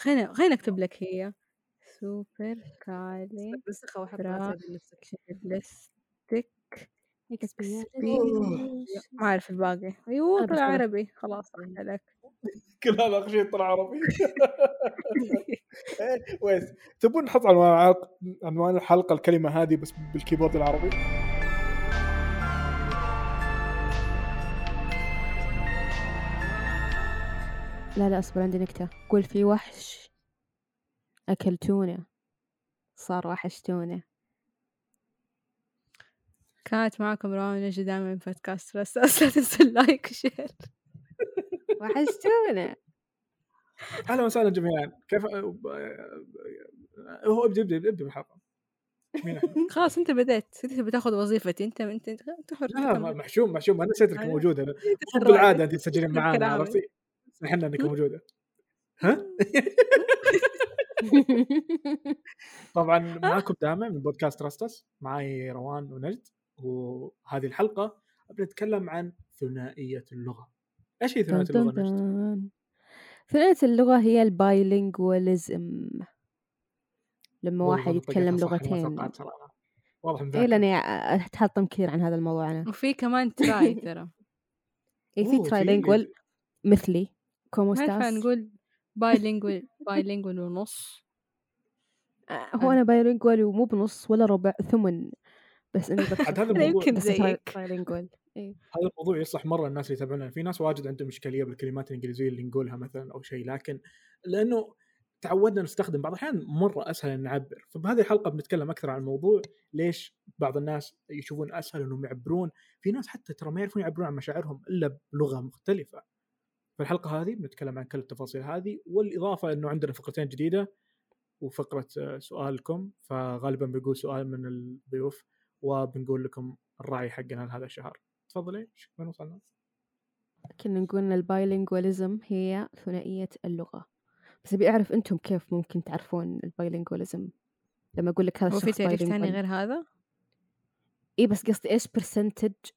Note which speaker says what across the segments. Speaker 1: خليني خليني أكتب لك هي supercalifragilistic
Speaker 2: بالثقة وحطي العتاب لنفسِك.
Speaker 1: expectation ما أعرف الباقي. أيوه
Speaker 2: أنا
Speaker 1: طلع
Speaker 2: باشتغل
Speaker 1: عربي خلاص راحت
Speaker 2: إمم.
Speaker 1: عليك.
Speaker 3: كل هذا أخر شي طلع عربي إيه كويس. تبون نحط عنوان عق عنوان الحلقة الكلمة هذه بس بالكيبورد العربي؟
Speaker 2: لا، لا اصبر عندي نكتة. قُل في وحش أكلتونه، صار وحشتونه.
Speaker 1: كانت معاكم رنا ونجد دائمًا من بودكاست رصاص لا تنسوا اللايك وشير.
Speaker 2: وحشتونا.
Speaker 3: أهلًا وسهلًا جميعًا. كيف ب هو ابدي، ابدي، ابدي بالحلقة. مين إحنا؟
Speaker 1: خلاص أنت بديت، أنت تبي تاخذ وظيفتي أنت أنت أنت أنت حر
Speaker 3: لا، لا،
Speaker 1: تكمل.
Speaker 3: محشوم، محشوم. أنا نسيت إنِك
Speaker 1: أيوه.
Speaker 3: موجودة.
Speaker 1: أنت
Speaker 3: المفروض
Speaker 1: حر عادي
Speaker 3: بالعادة أنتِ تسجلين
Speaker 1: تكمل
Speaker 3: معانا
Speaker 1: كلامك.
Speaker 3: عرفتِ؟ اسمحي لنا إنِك
Speaker 1: إمم.
Speaker 3: موجودة. ها؟ طبعًا
Speaker 2: آه.
Speaker 3: معاكم دامع من بودكاست رستس، معاي روان ونجد، وهذه الحلقة بنتكلم عن ثنائية اللغة. إيش هي ثنائية
Speaker 2: دن دن
Speaker 3: اللغة نجد؟
Speaker 2: دن. ثنائية اللغة هي الbilingualism. لما
Speaker 3: والله
Speaker 2: واحد يتكلم
Speaker 3: نطقتها صح، أنا ما
Speaker 2: لغتين.
Speaker 3: توقعت صراحة. واضح
Speaker 2: إيه
Speaker 3: مذاكر.
Speaker 2: لأني أ أتحطم كثير عن هذا الموضوع أنا.
Speaker 1: وفي كمان try ترى.
Speaker 2: إيه في
Speaker 3: أوه! في
Speaker 2: trilingual مثلي. como
Speaker 1: ما ينفع
Speaker 2: estas؟
Speaker 1: نقول bilingual bilingual ونص؟
Speaker 2: آآ هو
Speaker 1: أنا
Speaker 2: أنا bilingual ومو بنص ولا ربع ثمن. بس إني
Speaker 3: عاد
Speaker 2: بفتح
Speaker 3: هذا
Speaker 1: أنا
Speaker 3: الموضوع
Speaker 1: يمكن
Speaker 2: بس tri
Speaker 1: زيك.
Speaker 2: trilingual. إيه.
Speaker 3: هذا الموضوع يصلح مرة الناس اللي يتابعونا. في ناس واجد عندهم إشكالية بالكلمات الإنجليزية اللي نقولها مثلًا أو شي، لكن لأنه تعودنا نستخدم بعض الأحيان مرة أسهل إن نعبّر. فبهذه الحلقة بنتكلم أكثر عن الموضوع ليش بعض الناس يشوفون أسهل إنهم يعبّرون. في ناس حتى ترى ما يعرفون يعبّرون عن مشاعرهم إلا بلغة مختلفة. فالحلقة هذه بنتكلم عن كل التفاصيل هذه، والإضافة إنه عندنا فقرتين جديدة، وفقرة سؤالكم، فغالبًا بنقول سؤال من الضيوف، وبنقول لكم الرأي حقنا لهذا الشهر. تفضلي ش وين وصلنا؟
Speaker 2: كنا نقول إن الbilingualism هي ثنائية اللغة. بس أبي أعرف أنتم كيف ممكن تعرفون الbilingualism؟ لما أقول لك هذا
Speaker 1: هو في
Speaker 2: الشخص
Speaker 1: تعريف تاني
Speaker 2: bilingual.
Speaker 1: غير هذا؟
Speaker 2: إيه بس قصدي إيش percentage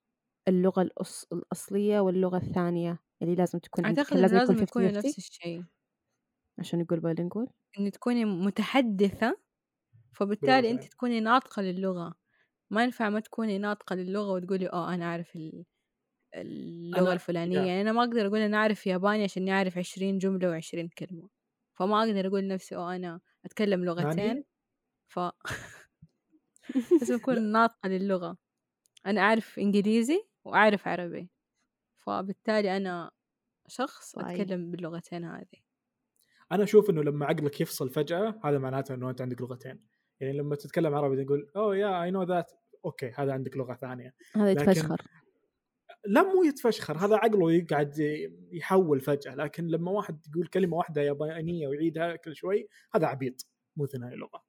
Speaker 2: اللغة الأص الأصلية واللغة الثانية اللي لازم تكون عندك؟
Speaker 1: أعتقد
Speaker 2: هل
Speaker 1: إنه
Speaker 2: لازم يكون
Speaker 1: لازم
Speaker 2: fifty
Speaker 1: يكونوا
Speaker 2: fifty
Speaker 1: نفس الشيء.
Speaker 2: عشان نقول bilingual؟
Speaker 1: إن تكوني متحدثة، فبالتالي أنتِ
Speaker 3: باللغتين.
Speaker 1: تكوني ناطقة للغة. ما ينفع ما تكوني ناطقة للغة وتقولي آه أنا أعرف ال اللغة
Speaker 3: أنا
Speaker 1: الفلانية.
Speaker 3: يا.
Speaker 1: يعني أنا ما أقدر أقول أنا أعرف ياباني عشاني أعرف 20 جملة و20 كلمة. فما أقدر أقول لنفسي آه أنا أتكلم
Speaker 3: ناني؟
Speaker 1: لغتين ف لازم
Speaker 3: لأ.
Speaker 1: أكون ناطقة للغة. أنا أعرف إنجليزي وأعرف عربي. فبالتالي أنا شخص
Speaker 2: طيب.
Speaker 1: أتكلم باللغتين هذه.
Speaker 3: أنا أشوف إنه لما عقلك يفصل فجأة، هذا معناته إنه أنت عندك لغتين. يعني لما تتكلم عربي تقول Oh yeah I know that أوكي هذا عندك لغة ثانية.
Speaker 2: هذا
Speaker 3: لكن
Speaker 2: يتفشخر.
Speaker 3: لا مو يتفشخر، هذا عقله يقعد يحوّل فجأة. لكن لما واحد يقول كلمة واحدة يابانية ويعيدها كل شوي، هذا عبيط. مو ثنائي لغة.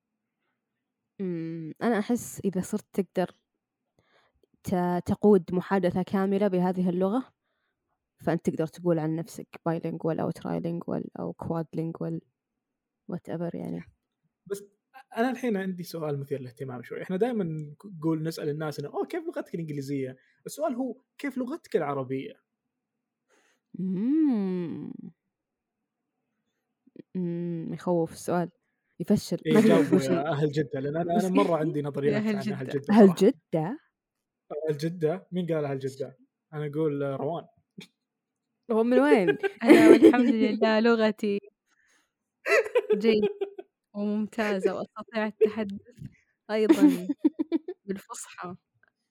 Speaker 2: إمم. أنا أحس إذا صرت تقدر ت تقود محادثة كاملة بهذه اللغة، فأنت تقدر تقول عن نفسك bilingual أو trilingual أو quadlingual whatever يعني.
Speaker 3: بس أ أنا الحين عندي سؤال مثير للاهتمام شوي. إحنا دايمًا نق نقول نسأل الناس إنه أوه كيف لغتك الإنجليزية؟ السؤال هو كيف لغتك العربية؟
Speaker 2: إمم. إمم. يخوّف السؤال. يفشل. ما
Speaker 3: إيه
Speaker 2: أقدر
Speaker 3: جاوبوا
Speaker 2: أقول شيء.
Speaker 3: يا أهل جدة، لأن أنا أنا مرة عندي
Speaker 1: يا
Speaker 3: نظريات
Speaker 1: أهل
Speaker 3: عن أهل
Speaker 1: جدة.
Speaker 3: جدة
Speaker 2: أهل
Speaker 3: صراحة.
Speaker 2: جدة؟
Speaker 3: أهل جدة؟ مين قال أهل جدة؟ أنا أقول آه، روان.
Speaker 2: هو من وين؟
Speaker 1: أنا والحمد لله لغتي جيدة وممتازة وأستطيع التحدث أيضًا بالفصحى،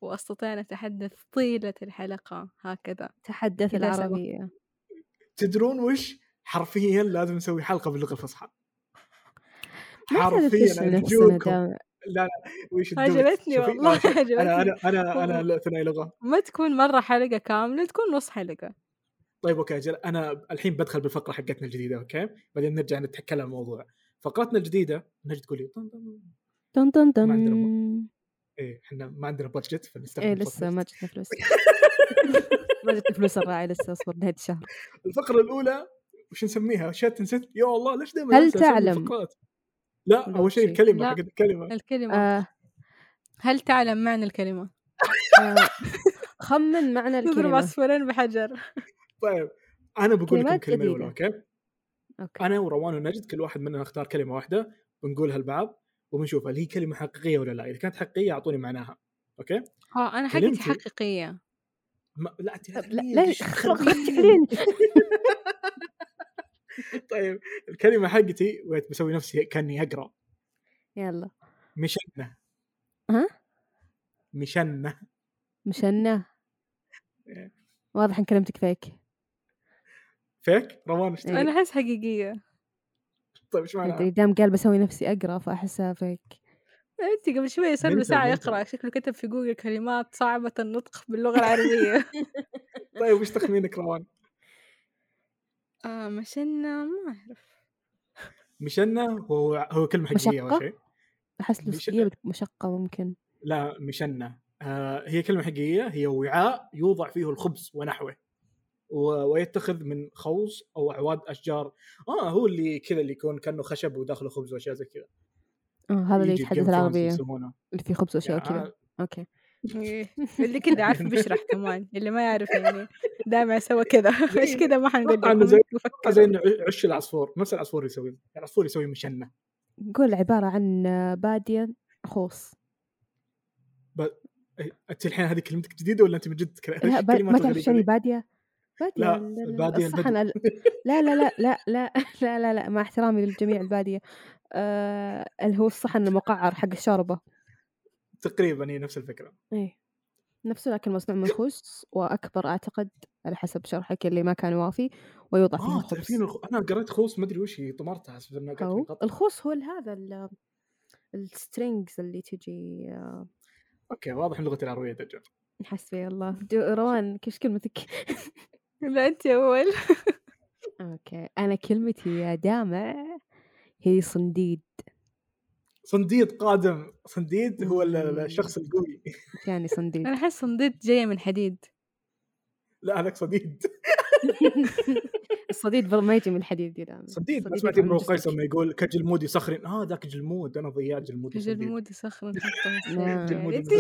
Speaker 1: وأستطيع أن أتحدث طيلة الحلقة هكذا.
Speaker 2: تحدث
Speaker 1: إذا سمحت.
Speaker 2: العربية.
Speaker 3: تدرون وش؟ حرفيًا لازم نسوي حلقة باللغة الفصحى.
Speaker 2: ما تعرف تشتم
Speaker 3: حرفيًا
Speaker 2: نفسنا
Speaker 3: أرجوكم.
Speaker 2: دام
Speaker 3: لا، لا وش الدوت؟
Speaker 1: عجبتني
Speaker 3: شوفي لا
Speaker 1: والله
Speaker 3: شوف أنا
Speaker 1: عجبتني.
Speaker 3: أنا أنا أنا
Speaker 1: و
Speaker 3: لا ثنائي لغة.
Speaker 1: ما تكون مرة حلقة كاملة، تكون نص حلقة.
Speaker 3: طيب أوكي أجل أنا الحين بادخل بالفقرة حقتنا الجديدة أوكي؟ بعدين نرجع نتكلم عن الموضوع. فقرتنا الجديدة نجد تقول لي طن
Speaker 2: دن دن
Speaker 3: طن
Speaker 2: دن.
Speaker 3: ما عندنا ب إيه إحنا ما عندنا budget
Speaker 2: إيه
Speaker 3: فنستخدم صوت
Speaker 2: لسه ما
Speaker 3: نجد.
Speaker 2: جتنا فلوس. ما جتنا فلوس الراعي لسه اصبر نهاية الشهر.
Speaker 3: الفقرة الأولى وش نسميها؟ شات نسيت يا الله ليش دايمًا
Speaker 2: هل
Speaker 3: أنسى أسمي
Speaker 2: تعلم؟
Speaker 3: الفقرات؟ لا
Speaker 2: ولا
Speaker 3: أول شيء
Speaker 2: شيء.
Speaker 3: الكلمة
Speaker 1: لأ،
Speaker 3: حقت الكلمة.
Speaker 1: الكلمة.
Speaker 2: آه.
Speaker 1: هل تعلم معنى الكلمة؟
Speaker 2: آه. خمن معنى
Speaker 1: نضرب
Speaker 2: الكلمة.
Speaker 1: عصفورين بحجر.
Speaker 3: طيب أنا باقول لكم
Speaker 2: كلمات
Speaker 3: الكلمة الأولى
Speaker 2: جديدة.
Speaker 3: أوكي؟
Speaker 2: اوكي
Speaker 3: انا وروان ونجد كل واحد مننا اختار كلمه واحده بنقولها لبعض وبنشوف هل هي كلمه حقيقيه ولا لا اذا كانت حقيقيه اعطوني معناها اوكي
Speaker 1: ها انا
Speaker 3: كلمتي-
Speaker 1: حقتي حقيقيه
Speaker 3: ما... لا
Speaker 2: لا
Speaker 3: تهرين،
Speaker 2: لا
Speaker 3: إيش
Speaker 2: خرب
Speaker 3: تخربين؟
Speaker 2: تكلين
Speaker 3: طيب الكلمه حقتي وقت بسوي نفسي كاني اقرا
Speaker 2: يلا
Speaker 3: مشنه
Speaker 2: ها؟
Speaker 3: مشنه
Speaker 2: مشنا
Speaker 3: إيه.
Speaker 2: واضح ان كلمتك فيك
Speaker 3: فيك روان ايش
Speaker 2: إيه.
Speaker 3: تقول؟
Speaker 1: انا احس حقيقيه
Speaker 3: طيب ايش معناها؟
Speaker 2: ادري دام قال بسوي نفسي اقرا فاحسها فيك
Speaker 1: انت قبل شوي صار له
Speaker 3: منتل-
Speaker 1: ساعه
Speaker 3: منتل.
Speaker 1: يقرا شكله كتب في جوجل كلمات صعبه النطق باللغه العربيه
Speaker 3: طيب وش تخمينك روان؟
Speaker 1: آه مشنا ما اعرف
Speaker 3: مشنه هو هو كلمه حقيقيه
Speaker 2: مشقة؟
Speaker 3: اول شيء
Speaker 2: احس
Speaker 3: مش-
Speaker 2: لصقية مشقه ممكن
Speaker 3: لا مشنه آه هي كلمه حقيقيه هي وعاء يوضع فيه الخبز ونحوه و- ويتخذ من خوص او اعواد اشجار اه هو اللي كذا اللي يكون كانه خشب وداخله خبز واشياء زي كذا
Speaker 2: آه هذا اللي
Speaker 3: يجي Game
Speaker 2: يتحدث
Speaker 3: of Thrones
Speaker 2: العربيه
Speaker 3: يسمونه.
Speaker 2: اللي فيه خبز واشياء
Speaker 3: يعني
Speaker 2: كذا اوكي
Speaker 1: إيه، اللي كذا عارف بيشرح كمان اللي ما يعرف يعني دائما سوى كذا ايش كذا ما حنقول
Speaker 3: إيه، أتوقع إنه
Speaker 1: لكم،
Speaker 3: زي-
Speaker 1: أنتوا
Speaker 3: آه،
Speaker 1: فكروا.
Speaker 3: زي انه عش العصفور نفس العصفور يسوي العصفور يسوي مشنه
Speaker 2: قول عباره عن آه، باديه خوص
Speaker 3: إيه، انت الحين هذه كلمتك جديده ولا انت من جد كلا-
Speaker 2: لا با...
Speaker 3: كلمات
Speaker 2: ما تعرف
Speaker 3: غريبة
Speaker 2: شنو
Speaker 3: هذه؟
Speaker 2: الباديه باديه
Speaker 3: لا،
Speaker 2: ال- ال-
Speaker 3: البادية
Speaker 2: الصحن
Speaker 3: البدو.
Speaker 2: ال- لا لا لا لا لا لا لا لا مع احترامي للجميع الباديه آه اللي هو الصحن المقعر حق الشوربه
Speaker 3: تقريبا هي إيه، نفس الفكره
Speaker 2: ايه نفسه لكن مصنوع من خوص واكبر اعتقد على حسب شرحك اللي ما كان وافي ويوضع فيه
Speaker 3: اه تعرفين
Speaker 2: الخبز
Speaker 3: الخ... انا قريت خوص ما ادري وش هي طمرتها حسب انها قالت من
Speaker 2: أو
Speaker 3: قبل.
Speaker 2: الخوص هو ال- هذا ال- السترينجز اللي تجي آه،
Speaker 3: اوكي واضح ان لغتي العربيه دجال
Speaker 2: حسبي الله جو- روان كيف كلمتك
Speaker 1: لا انت اول
Speaker 2: اوكي انا كلمتي يا دامع هي صنديد
Speaker 3: صنديد قادم صنديد هو ال- ال-
Speaker 2: مم.
Speaker 3: الشخص القوي
Speaker 2: يعني صنديد
Speaker 1: انا احس صنديد جايه من حديد
Speaker 3: لا هذاك صديد
Speaker 2: الصديد برضه ما يجي من الحديد يا دامع
Speaker 3: يعني. صديد ما
Speaker 2: الصديد
Speaker 3: سمعت ابن
Speaker 2: عن جسمك.
Speaker 3: قيس لما يقول كجلمودي صخرين اه ذاك جلمود انا ضيعت جلمودي صديد
Speaker 1: جلمودي صخر حطه
Speaker 2: نعم.
Speaker 1: يعني انت
Speaker 3: جلمودي
Speaker 1: جبت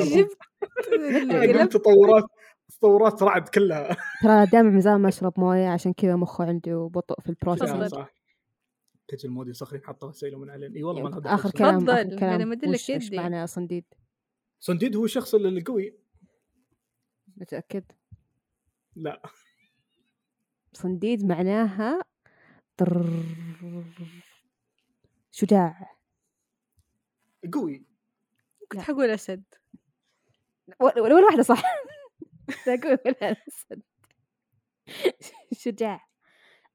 Speaker 3: أنا إيه، قلت
Speaker 1: قلبت
Speaker 3: تطورات تطورات رعد كلها
Speaker 2: ترى دامع من زمان ما شرب مويه عشان كذا مخه عنده بطء في
Speaker 1: تفضل.
Speaker 3: يا
Speaker 2: البروسيس
Speaker 3: صح كجلمودي صخرين حطه وسيله من علين اي والله ما لها دخل.
Speaker 2: اخر كلام
Speaker 1: تفضل،
Speaker 2: اخر
Speaker 1: أنا
Speaker 2: كلام
Speaker 1: مدلك
Speaker 2: وش- وش
Speaker 1: يدي.
Speaker 2: معنى صنديد
Speaker 3: صنديد هو الشخص ال- القوي
Speaker 2: متاكد
Speaker 3: لا
Speaker 2: صنديد معناها طر... شجاع
Speaker 3: قوي
Speaker 1: كنت حقول اسد
Speaker 2: ولا ولا واحدة صح لا أقول ولا أسد. شجاع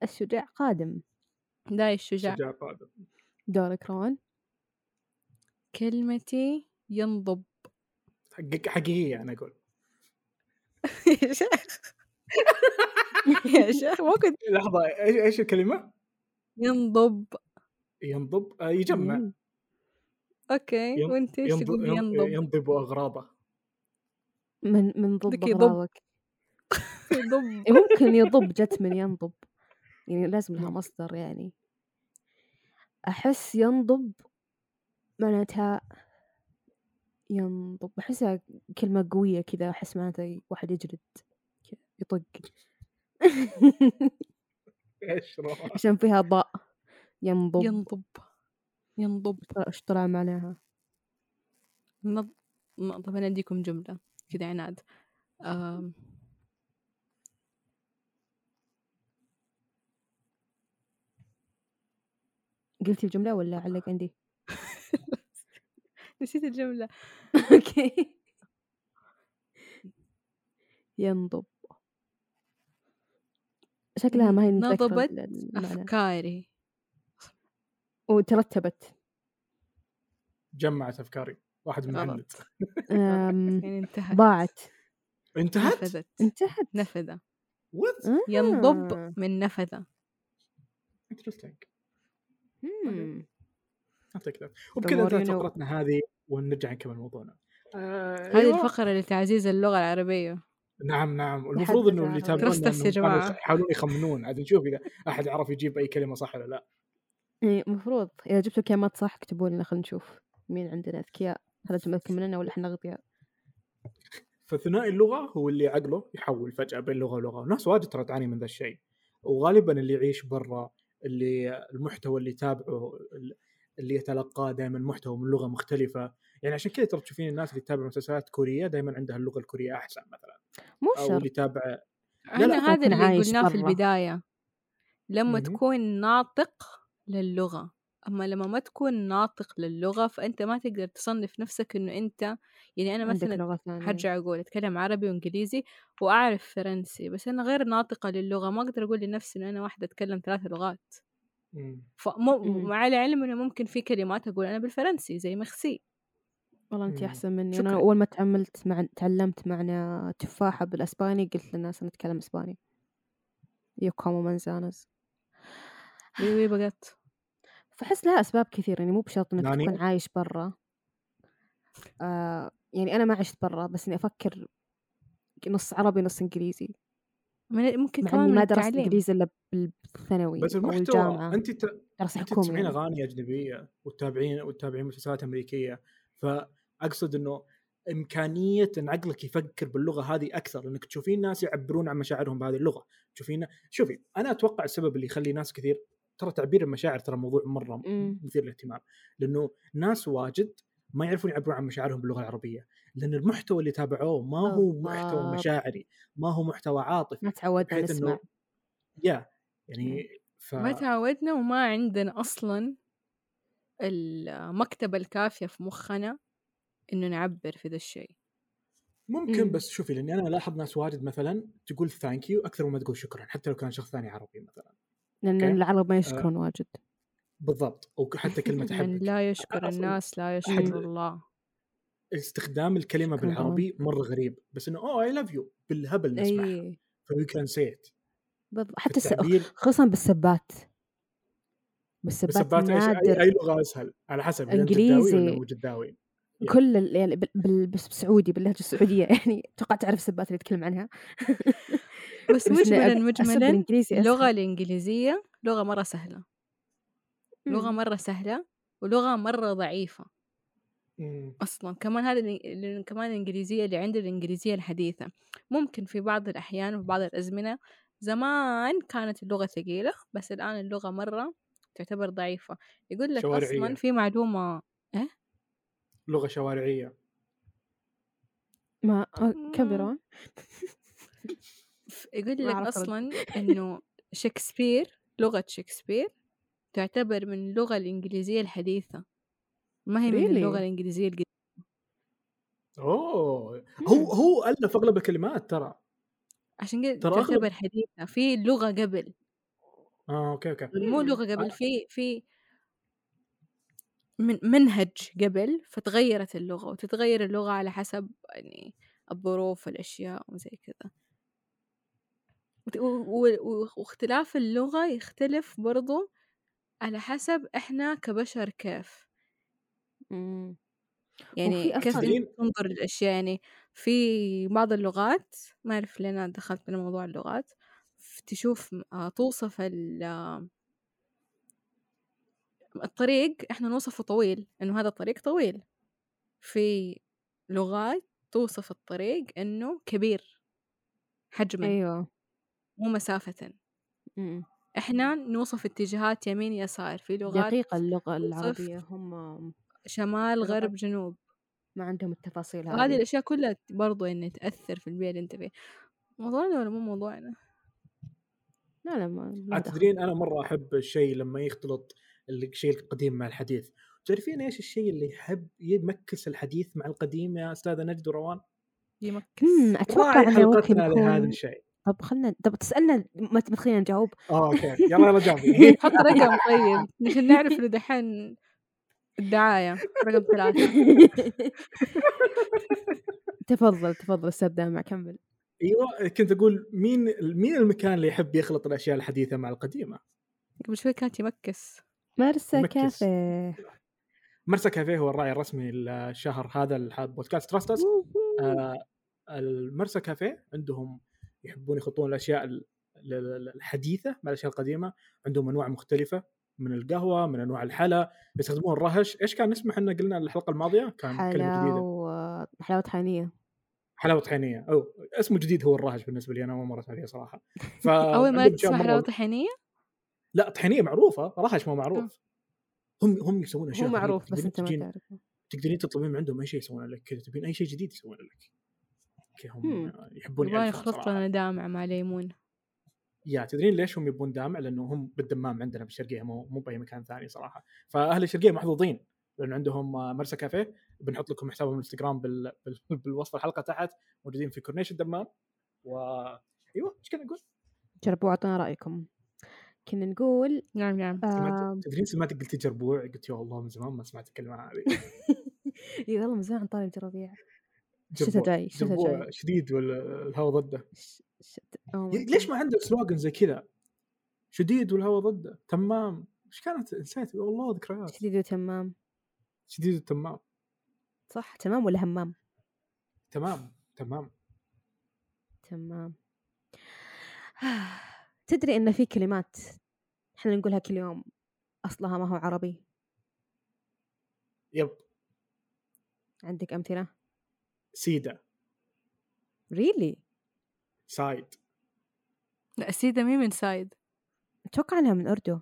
Speaker 2: الشجاع قادم
Speaker 1: داي الشجاع
Speaker 3: شجاع قادم
Speaker 2: دورك روان
Speaker 1: كلمتي ينضب
Speaker 3: حق- حقيقيه انا اقول
Speaker 1: يا شيخ يا شيخ ما كنت
Speaker 3: لحظه ايش ايش الكلمه؟
Speaker 1: ينضب
Speaker 3: ينضب آه، يجمع
Speaker 2: مم.
Speaker 1: اوكي
Speaker 3: ين-
Speaker 1: وانت ايش
Speaker 3: ينضب
Speaker 1: تقول
Speaker 3: ين-
Speaker 1: ينضب
Speaker 3: ينضب اغراضه
Speaker 2: من من ضب
Speaker 1: ذكي ضب.
Speaker 2: أغراضك إيه،
Speaker 1: ينضب
Speaker 2: ممكن يضب جت من ينضب يعني لازم لها مصدر يعني أحس ينضب معناتها ينضب أحسها كلمة قوية كذا أحس معناتها واحد يجلد كذا، يطق
Speaker 3: ايش روان؟
Speaker 2: عشان فيها ضاء ينضب
Speaker 1: ينضب ينضب
Speaker 2: ايش طلع معناها
Speaker 1: نض... ن- طب انا اديكم جمله كذا عناد آم،
Speaker 2: قلتي الجملة ولا علق عندي
Speaker 1: نسيت الجمله
Speaker 2: اوكي ينضب شكلها ما هي متذكرة
Speaker 1: نضبت
Speaker 2: ال- المعنى.
Speaker 1: افكاري
Speaker 2: وترتبت
Speaker 3: جمعت افكاري واحد من عند
Speaker 1: غلط
Speaker 2: أم،
Speaker 1: يعني انتهت
Speaker 2: آمم، ضاعت
Speaker 3: انتهت؟
Speaker 1: نفذت
Speaker 2: انتهت
Speaker 1: نفذة
Speaker 3: وات؟
Speaker 2: آه.
Speaker 1: ينضب من نفذة
Speaker 3: انترستنج
Speaker 2: مم.
Speaker 3: وبكذا
Speaker 2: The more
Speaker 3: انتهت
Speaker 2: you know.
Speaker 3: فقرتنا هذه ونرجع نكمل موضوعنا آه،
Speaker 1: هذه
Speaker 3: أيوة.
Speaker 1: الفقرة لتعزيز اللغة العربية
Speaker 3: نعم نعم المفروض
Speaker 2: لحد
Speaker 3: انه
Speaker 2: الآن.
Speaker 3: اللي يتابعونا
Speaker 1: درست نفسي يا
Speaker 3: إنهم كانوا
Speaker 1: جماعة.
Speaker 3: يحاولون يخمنون عاد نشوف اذا احد عرف يجيب اي كلمه صح ولا لا
Speaker 2: إيه، مفروض اذا جبتوا كلمات صح اكتبوا لنا خلينا نشوف مين عندنا اذكياء هل جملتكم مننا ولا احنا اغبياء
Speaker 3: فثنائي اللغه هو اللي عقله يحول فجاه بين لغه ولغه ناس واجد ترى تعاني من ذا الشيء وغالبا اللي يعيش برا اللي المحتوى اللي يتابعه اللي يتلقاه دائما محتوى من لغه مختلفه يعني عشان كذا ترى تشوفين الناس اللي تتابع مسلسلات كوريه دائما عندها اللغه الكوريه احسن مثلا
Speaker 2: مو
Speaker 3: او اللي
Speaker 2: شرط
Speaker 3: يتابع لا،
Speaker 1: انا هذا
Speaker 2: ممكن
Speaker 1: اللي
Speaker 2: عايش
Speaker 1: قلناه في
Speaker 2: برا.
Speaker 1: البدايه لما
Speaker 3: مهم.
Speaker 1: تكون ناطق للغه اما لما ما تكون ناطق للغه فانت ما تقدر تصنف نفسك انه انت يعني انا
Speaker 2: عندك
Speaker 1: مثلا
Speaker 2: لغة ثانية
Speaker 1: هرجع اقول اتكلم عربي وانجليزي واعرف فرنسي بس انا غير ناطقه للغه ما اقدر اقول لنفسي انه انا واحده اتكلم ثلاث لغات
Speaker 3: مم.
Speaker 1: فمو
Speaker 2: مم.
Speaker 1: مع العلم انه ممكن في كلمات اقول انا بالفرنسي زي مخسي
Speaker 2: والله انت
Speaker 3: مم.
Speaker 2: احسن مني انا
Speaker 1: شكراً.
Speaker 2: اول يعني ما تعملت مع تعلمت معنى تفاحة بالاسباني قلت للناس انا اتكلم اسباني يو كومو منزانز
Speaker 1: وي وي بقت
Speaker 2: فحس لها اسباب كثير يعني مو بشرط انك
Speaker 3: ناني.
Speaker 2: تكون عايش برا آه يعني انا ما عشت برا بس اني افكر نص عربي نص انجليزي
Speaker 1: من ممكن
Speaker 2: مع
Speaker 1: كمان
Speaker 2: اني
Speaker 1: من
Speaker 2: ما درست
Speaker 1: التعليم
Speaker 2: انجليزي الا بال- بالثانوي
Speaker 3: بس
Speaker 2: او
Speaker 3: المحتوى
Speaker 2: الجامعة
Speaker 3: انت ت...
Speaker 2: درس
Speaker 3: انت
Speaker 2: حكومي
Speaker 3: تسمعين
Speaker 2: يعني.
Speaker 3: اغاني اجنبيه وتتابعين وتتابعين مسلسلات امريكيه فاقصد انه امكانيه ان عقلك يفكر باللغه هذه اكثر لانك تشوفين ناس يعبرون عن مشاعرهم بهذه اللغه تشوفين شوفي انا اتوقع السبب اللي يخلي ناس كثير ترى تعبير المشاعر ترى موضوع مره
Speaker 2: مم.
Speaker 3: مثير للاهتمام لانه ناس واجد ما يعرفون يعبرون عن مشاعرهم باللغه العربيه لان المحتوى اللي تابعوه ما هو محتوى
Speaker 2: بالضبط.
Speaker 3: مشاعري ما هو محتوى عاطفي
Speaker 2: ما تعودنا
Speaker 3: بحيث
Speaker 2: نسمع
Speaker 3: انه يا يعني ف...
Speaker 2: آه.
Speaker 1: ما تعودنا وما عندنا اصلا المكتبه الكافيه في مخنا انه نعبر في ذا الشيء
Speaker 3: ممكن
Speaker 2: مم.
Speaker 3: بس شوفي لاني انا الاحظ ناس واجد مثلا تقول ثانك يو اكثر مما تقول شكرا حتى لو كان شخص ثاني عربي مثلا
Speaker 2: لان
Speaker 3: أوكي. آه.
Speaker 2: العرب ما يشكرون واجد
Speaker 3: بالضبط او حتى كلمه
Speaker 1: من
Speaker 3: احبك
Speaker 1: يعني لا يشكر
Speaker 3: أصلاً
Speaker 1: الناس لا
Speaker 3: أحد-
Speaker 1: يشكر الله
Speaker 3: استخدام الكلمه
Speaker 2: شكراً.
Speaker 3: بالعربي مره غريب بس "Oh, انه اوه اي لاف يو بالهبل نسمعها
Speaker 1: اي
Speaker 3: فوي كان سيت
Speaker 2: بالضبط إيه. حتى الس-
Speaker 3: التعبير
Speaker 2: خصوصا بالسبات بالسبات,
Speaker 3: بالسبات أي, شيء-
Speaker 2: نادر
Speaker 3: أي, اي لغه اسهل على حسب إذا أنت
Speaker 2: إنجليزي.
Speaker 3: جداوي ولا مو جداوي يعني.
Speaker 2: كل ال- يعني بال- بال- بس بالسعودي باللهجه السعوديه يعني اتوقع تعرف السبات اللي يتكلم عنها
Speaker 1: بس
Speaker 2: إني
Speaker 1: مجملا
Speaker 2: أد- أسب
Speaker 1: مجملا
Speaker 2: بالانجليزي أسهل.
Speaker 1: اللغه الانجليزيه لغه مره سهله لغه
Speaker 2: مم.
Speaker 1: مره سهله ولغه مره ضعيفه
Speaker 3: مم.
Speaker 1: اصلا كمان هذا الإن- لأن كمان الانجليزيه اللي عند الانجليزيه الحديثه ممكن في بعض الاحيان وفي بعض الازمنه زمان كانت اللغه ثقيله بس الان اللغه مره تعتبر ضعيفه يقول لك
Speaker 3: شوارعية.
Speaker 1: اصلا في معلومه
Speaker 3: لغه شوارعيه
Speaker 2: ما آه، كم بيرون
Speaker 1: ف- يقول
Speaker 2: ما
Speaker 1: لك
Speaker 2: أعرف أرد.
Speaker 1: اصلا انه شكسبير لغه شكسبير تعتبر من اللغه الانجليزيه الحديثه ما هي من
Speaker 2: Really؟
Speaker 1: اللغه الانجليزيه القديمه
Speaker 3: اوه
Speaker 2: إمم.
Speaker 3: هو هو الف اغلب الكلمات ترى
Speaker 1: عشان كذا
Speaker 3: ترى أغلب-
Speaker 1: تعتبر حديثه في لغه قبل
Speaker 3: اه اوكي اوكي
Speaker 1: مو لغه قبل في في من منهج قبل فتغيرت اللغه وتتغير اللغه على حسب يعني الظروف والاشياء وزي كذا وت- و- و- واختلاف اللغه يختلف برضو على حسب احنا كبشر كيف
Speaker 3: إمم.
Speaker 2: مم.
Speaker 1: يعني
Speaker 2: وفي
Speaker 1: كيف
Speaker 3: إيه.
Speaker 2: أصلاً-
Speaker 1: أنت تنظر للأشياء يعني في بعض اللغات ما أعرف ليه أنا دخلت من موضوع اللغات ف- تشوف آه، توصف ال- آه، الطريق إحنا نوصفه طويل إنه هذا الطريق طويل في لغات توصف الطريق إنه كبير حجما
Speaker 2: ايوه
Speaker 1: مو مسافة
Speaker 2: مم.
Speaker 1: إحنا نوصف اتجاهات يمين يسار في لغات
Speaker 2: دقيقه اللغه
Speaker 1: توصف-
Speaker 2: العربيه هم
Speaker 1: شمال
Speaker 2: لغات
Speaker 1: غرب جنوب
Speaker 2: ما عندهم التفاصيل
Speaker 1: وهذه
Speaker 2: هذه
Speaker 1: الأشياء كلها ت- برضو إن تأثر في البيئة اللي أنت فيها موضوعنا ولا مو موضوعنا
Speaker 2: لا لا ما لا
Speaker 3: عاد
Speaker 2: دخل.
Speaker 3: تدرين انا مره احب الشيء لما يختلط الشيء القديم مع الحديث تعرفين ايش الشيء اللي يحب يمكس الحديث مع القديم يا استاذه نجد وروان
Speaker 1: يمكس
Speaker 2: مم، اتوقع
Speaker 3: راعي
Speaker 2: انه إمم، ممكن
Speaker 3: حلقتنا لهذا
Speaker 2: يكون
Speaker 3: الشيء
Speaker 2: طب خلنا طب تسالنا ما ما تخلينا نجاوب
Speaker 3: آه، اوكي يلا يلا جاوبي
Speaker 1: حط رقم طيب عشان نعرف انه دحين الدعاية رقم ثلاثة
Speaker 2: تفضل تفضل استاذ دامع كمل
Speaker 3: ايوه كنت اقول مين مين المكان اللي يحب يخلط الاشياء الحديثه مع القديمه
Speaker 1: قبل شوي كانت يمكس
Speaker 2: مرسى
Speaker 3: مكس.
Speaker 2: كافيه
Speaker 3: مرسى كافيه هو الراعي الرسمي للشهر هذا البودكاست تراستس آه، المرسى كافيه عندهم يحبون يخلطون الاشياء ال- ال- ال- الحديثه مع الاشياء القديمه عندهم انواع مختلفه من القهوه من انواع الحلا يستخدمون الرهش ايش كان اسمه احنا قلنا الحلقه الماضيه كان كلمه جديده
Speaker 2: حلاوة حلاوة حانية
Speaker 3: حلاوه طحينيه او اسمه جديد هو الرهش بالنسبه لي انا اول مره اسمع فيه صراحه ف
Speaker 1: أول ما
Speaker 3: عندهم أشياء
Speaker 1: تسمع
Speaker 3: آه، مرة-
Speaker 1: حلاوة طحينية
Speaker 3: لا طحينيه معروفه رهش ما معروف هم هم يسوون اشياء
Speaker 2: هو
Speaker 3: غريبة.
Speaker 2: معروف بس
Speaker 3: تقدرين
Speaker 2: انت ما
Speaker 3: تجين-
Speaker 2: تعرفه
Speaker 3: تقدرين تطلبين من عندهم اي شيء يسوونه لك كذا تبين اي شيء جديد يسوونه لك اوكي هم
Speaker 2: مم.
Speaker 3: يحبون
Speaker 1: والله
Speaker 3: يعرفون
Speaker 1: يخلط
Speaker 3: صراحة.
Speaker 1: لنا دامع مع ليمون
Speaker 3: يا تدرين ليش هم يبون دامع لانه هم بالدمام عندنا بالشرقيه مو مو باي مكان ثاني صراحه فاهل الشرقيه محظوظين لانه عندهم آه، مرسى كافيه بنحط لكم حسابهم الانستغرام بال... بال... بالوصف الحلقه تحت موجودين في كورنيش الدمام و ايوه ايش كنا نقول؟
Speaker 2: جربوا اعطونا رايكم كنا نقول
Speaker 1: نعم نعم
Speaker 2: آه
Speaker 3: سمعت... تدرين سمعت قلتي جربوع قلت يا الله من زمان ما سمعت الكلمه هذه
Speaker 2: إي والله من زمان عن طاري جربيع الشتاء
Speaker 3: جربوع.
Speaker 2: جاي، الشتاء
Speaker 3: جربوع
Speaker 2: جاي.
Speaker 3: شديد والهواء ضده
Speaker 2: ش- شت- أوه my
Speaker 3: ليش
Speaker 2: God.
Speaker 3: ما عنده سلوجن زي كذا؟ شديد والهواء ضده تمام ايش كانت نسيت والله ذكريات
Speaker 2: شديد وتمام
Speaker 3: شديد التمام
Speaker 2: صح تمام ولا همام
Speaker 3: تمام تمام
Speaker 2: تمام تدري ان في كلمات احنا نقولها كل يوم اصلها ما هو عربي
Speaker 3: يب
Speaker 2: عندك امثله
Speaker 3: سيدا
Speaker 2: ريلي
Speaker 3: سايد
Speaker 1: لا سيدا مي من سايد
Speaker 2: اتوقع انها من اردو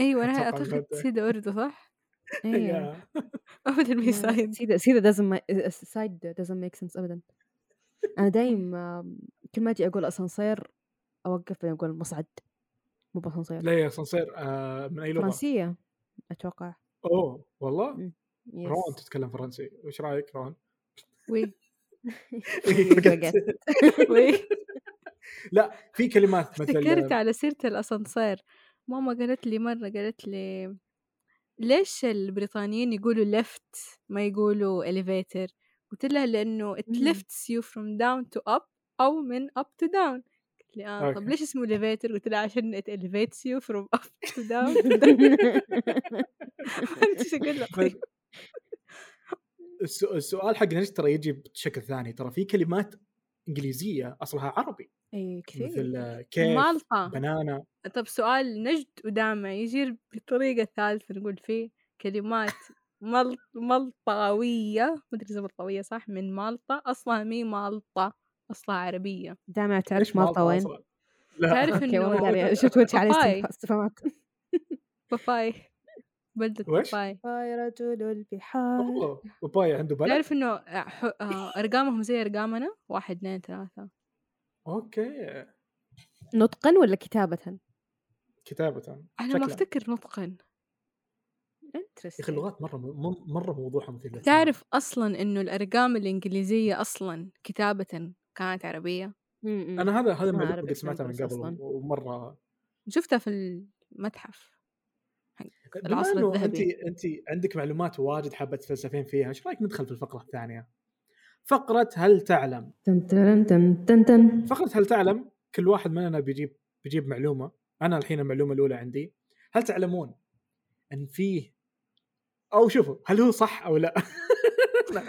Speaker 1: ايوه انا
Speaker 3: أتوقع
Speaker 1: اعتقد
Speaker 3: بجد.
Speaker 1: سيدا اردو صح؟
Speaker 2: إيه.
Speaker 3: يا.
Speaker 1: ابدا مي سايد
Speaker 2: سيدا سيدا doesn't make سايد doesn't make sense ابدا انا دايم آم، كل ما اجي اقول اسانسير اوقف بعدين اقول مصعد مو باسانسير
Speaker 3: لا يا صنصير آه من اي لغه؟
Speaker 2: فرنسيه اتوقع
Speaker 3: اوه والله
Speaker 2: مم. Yes.
Speaker 3: رون تتكلم فرنسي وش رايك رون؟
Speaker 1: وي
Speaker 2: وقعت.
Speaker 1: وي
Speaker 3: في كلمات
Speaker 1: افتكرت
Speaker 3: مثل آه،
Speaker 1: على سيرة الأسانسير ماما قالت لي مرة قالت لي ليش البريطانيين يقولوا ليفت ما يقولوا elevator قلت لها لأنه it
Speaker 2: مم.
Speaker 1: lifts you from down to up أو من up to down قلت لي آه طب
Speaker 3: أوكي.
Speaker 1: ليش اسمه elevator قلت لها عشان it elevates you from up to down فهمت ايش اقول لك
Speaker 3: بس- السو- السؤال حقنا ليش ترى يجي بشكل ثاني ترى في كلمات انجليزيه اصلها عربي
Speaker 1: إيه،
Speaker 2: اي كثير
Speaker 3: مثل آه، كيف
Speaker 1: مالطة
Speaker 3: بنانا
Speaker 1: طب سؤال نجد ودامع يجي بطريقة ثالثة نقول فيه كلمات مل... ملطاوية مدري إذا ملطاوية صح من مالطا أصلها مي مالطا أصلها عربية
Speaker 2: دامع
Speaker 3: ليش
Speaker 2: تعرف مالطا وين؟
Speaker 3: أصلاً؟ لا
Speaker 1: تعرف
Speaker 2: اوكي
Speaker 1: إنه-
Speaker 2: والله داري شفت وجه علي
Speaker 1: باباي.
Speaker 2: استفهامات
Speaker 1: باباي بلدة
Speaker 3: وش؟
Speaker 1: باباي
Speaker 2: يا رجل البحار
Speaker 3: والله بابايا عنده بلد
Speaker 1: تعرف إنه ح... آه، أرقامهم زي أرقامنا واحد اثنين ثلاثة
Speaker 3: اوكي
Speaker 2: نطقا ولا كتابة؟
Speaker 3: كتابه
Speaker 1: أنا ما
Speaker 3: شكلاً.
Speaker 1: أفتكر نطقا
Speaker 3: يا اخي
Speaker 2: انترستنج
Speaker 3: اللغات مره مو- مره موضوعها مثير للاهتمام.
Speaker 1: تعرف أصلا إنه الأرقام الإنجليزية أصلا كتابة كانت عربية
Speaker 3: انا هذا
Speaker 2: ما
Speaker 3: هذا المعلومه
Speaker 2: أعرف
Speaker 3: قد سمعتها من
Speaker 2: examples
Speaker 3: قبل
Speaker 2: أصلاً.
Speaker 3: ومره
Speaker 1: شفتها في المتحف
Speaker 3: بما
Speaker 1: العصر
Speaker 3: انه انت
Speaker 1: الذهبي.
Speaker 3: انت عندك معلومات واجد حابه تفلسفين فيها ايش رايك ندخل في الفقره الثانيه فقره هل تعلم
Speaker 2: تن تن تن تن تن
Speaker 3: فقره هل تعلم كل واحد مننا بيجيب بيجيب معلومه انا الحين المعلومه الاولى عندي هل تعلمون ان فيه او شوفوا هل هو صح او لا لا.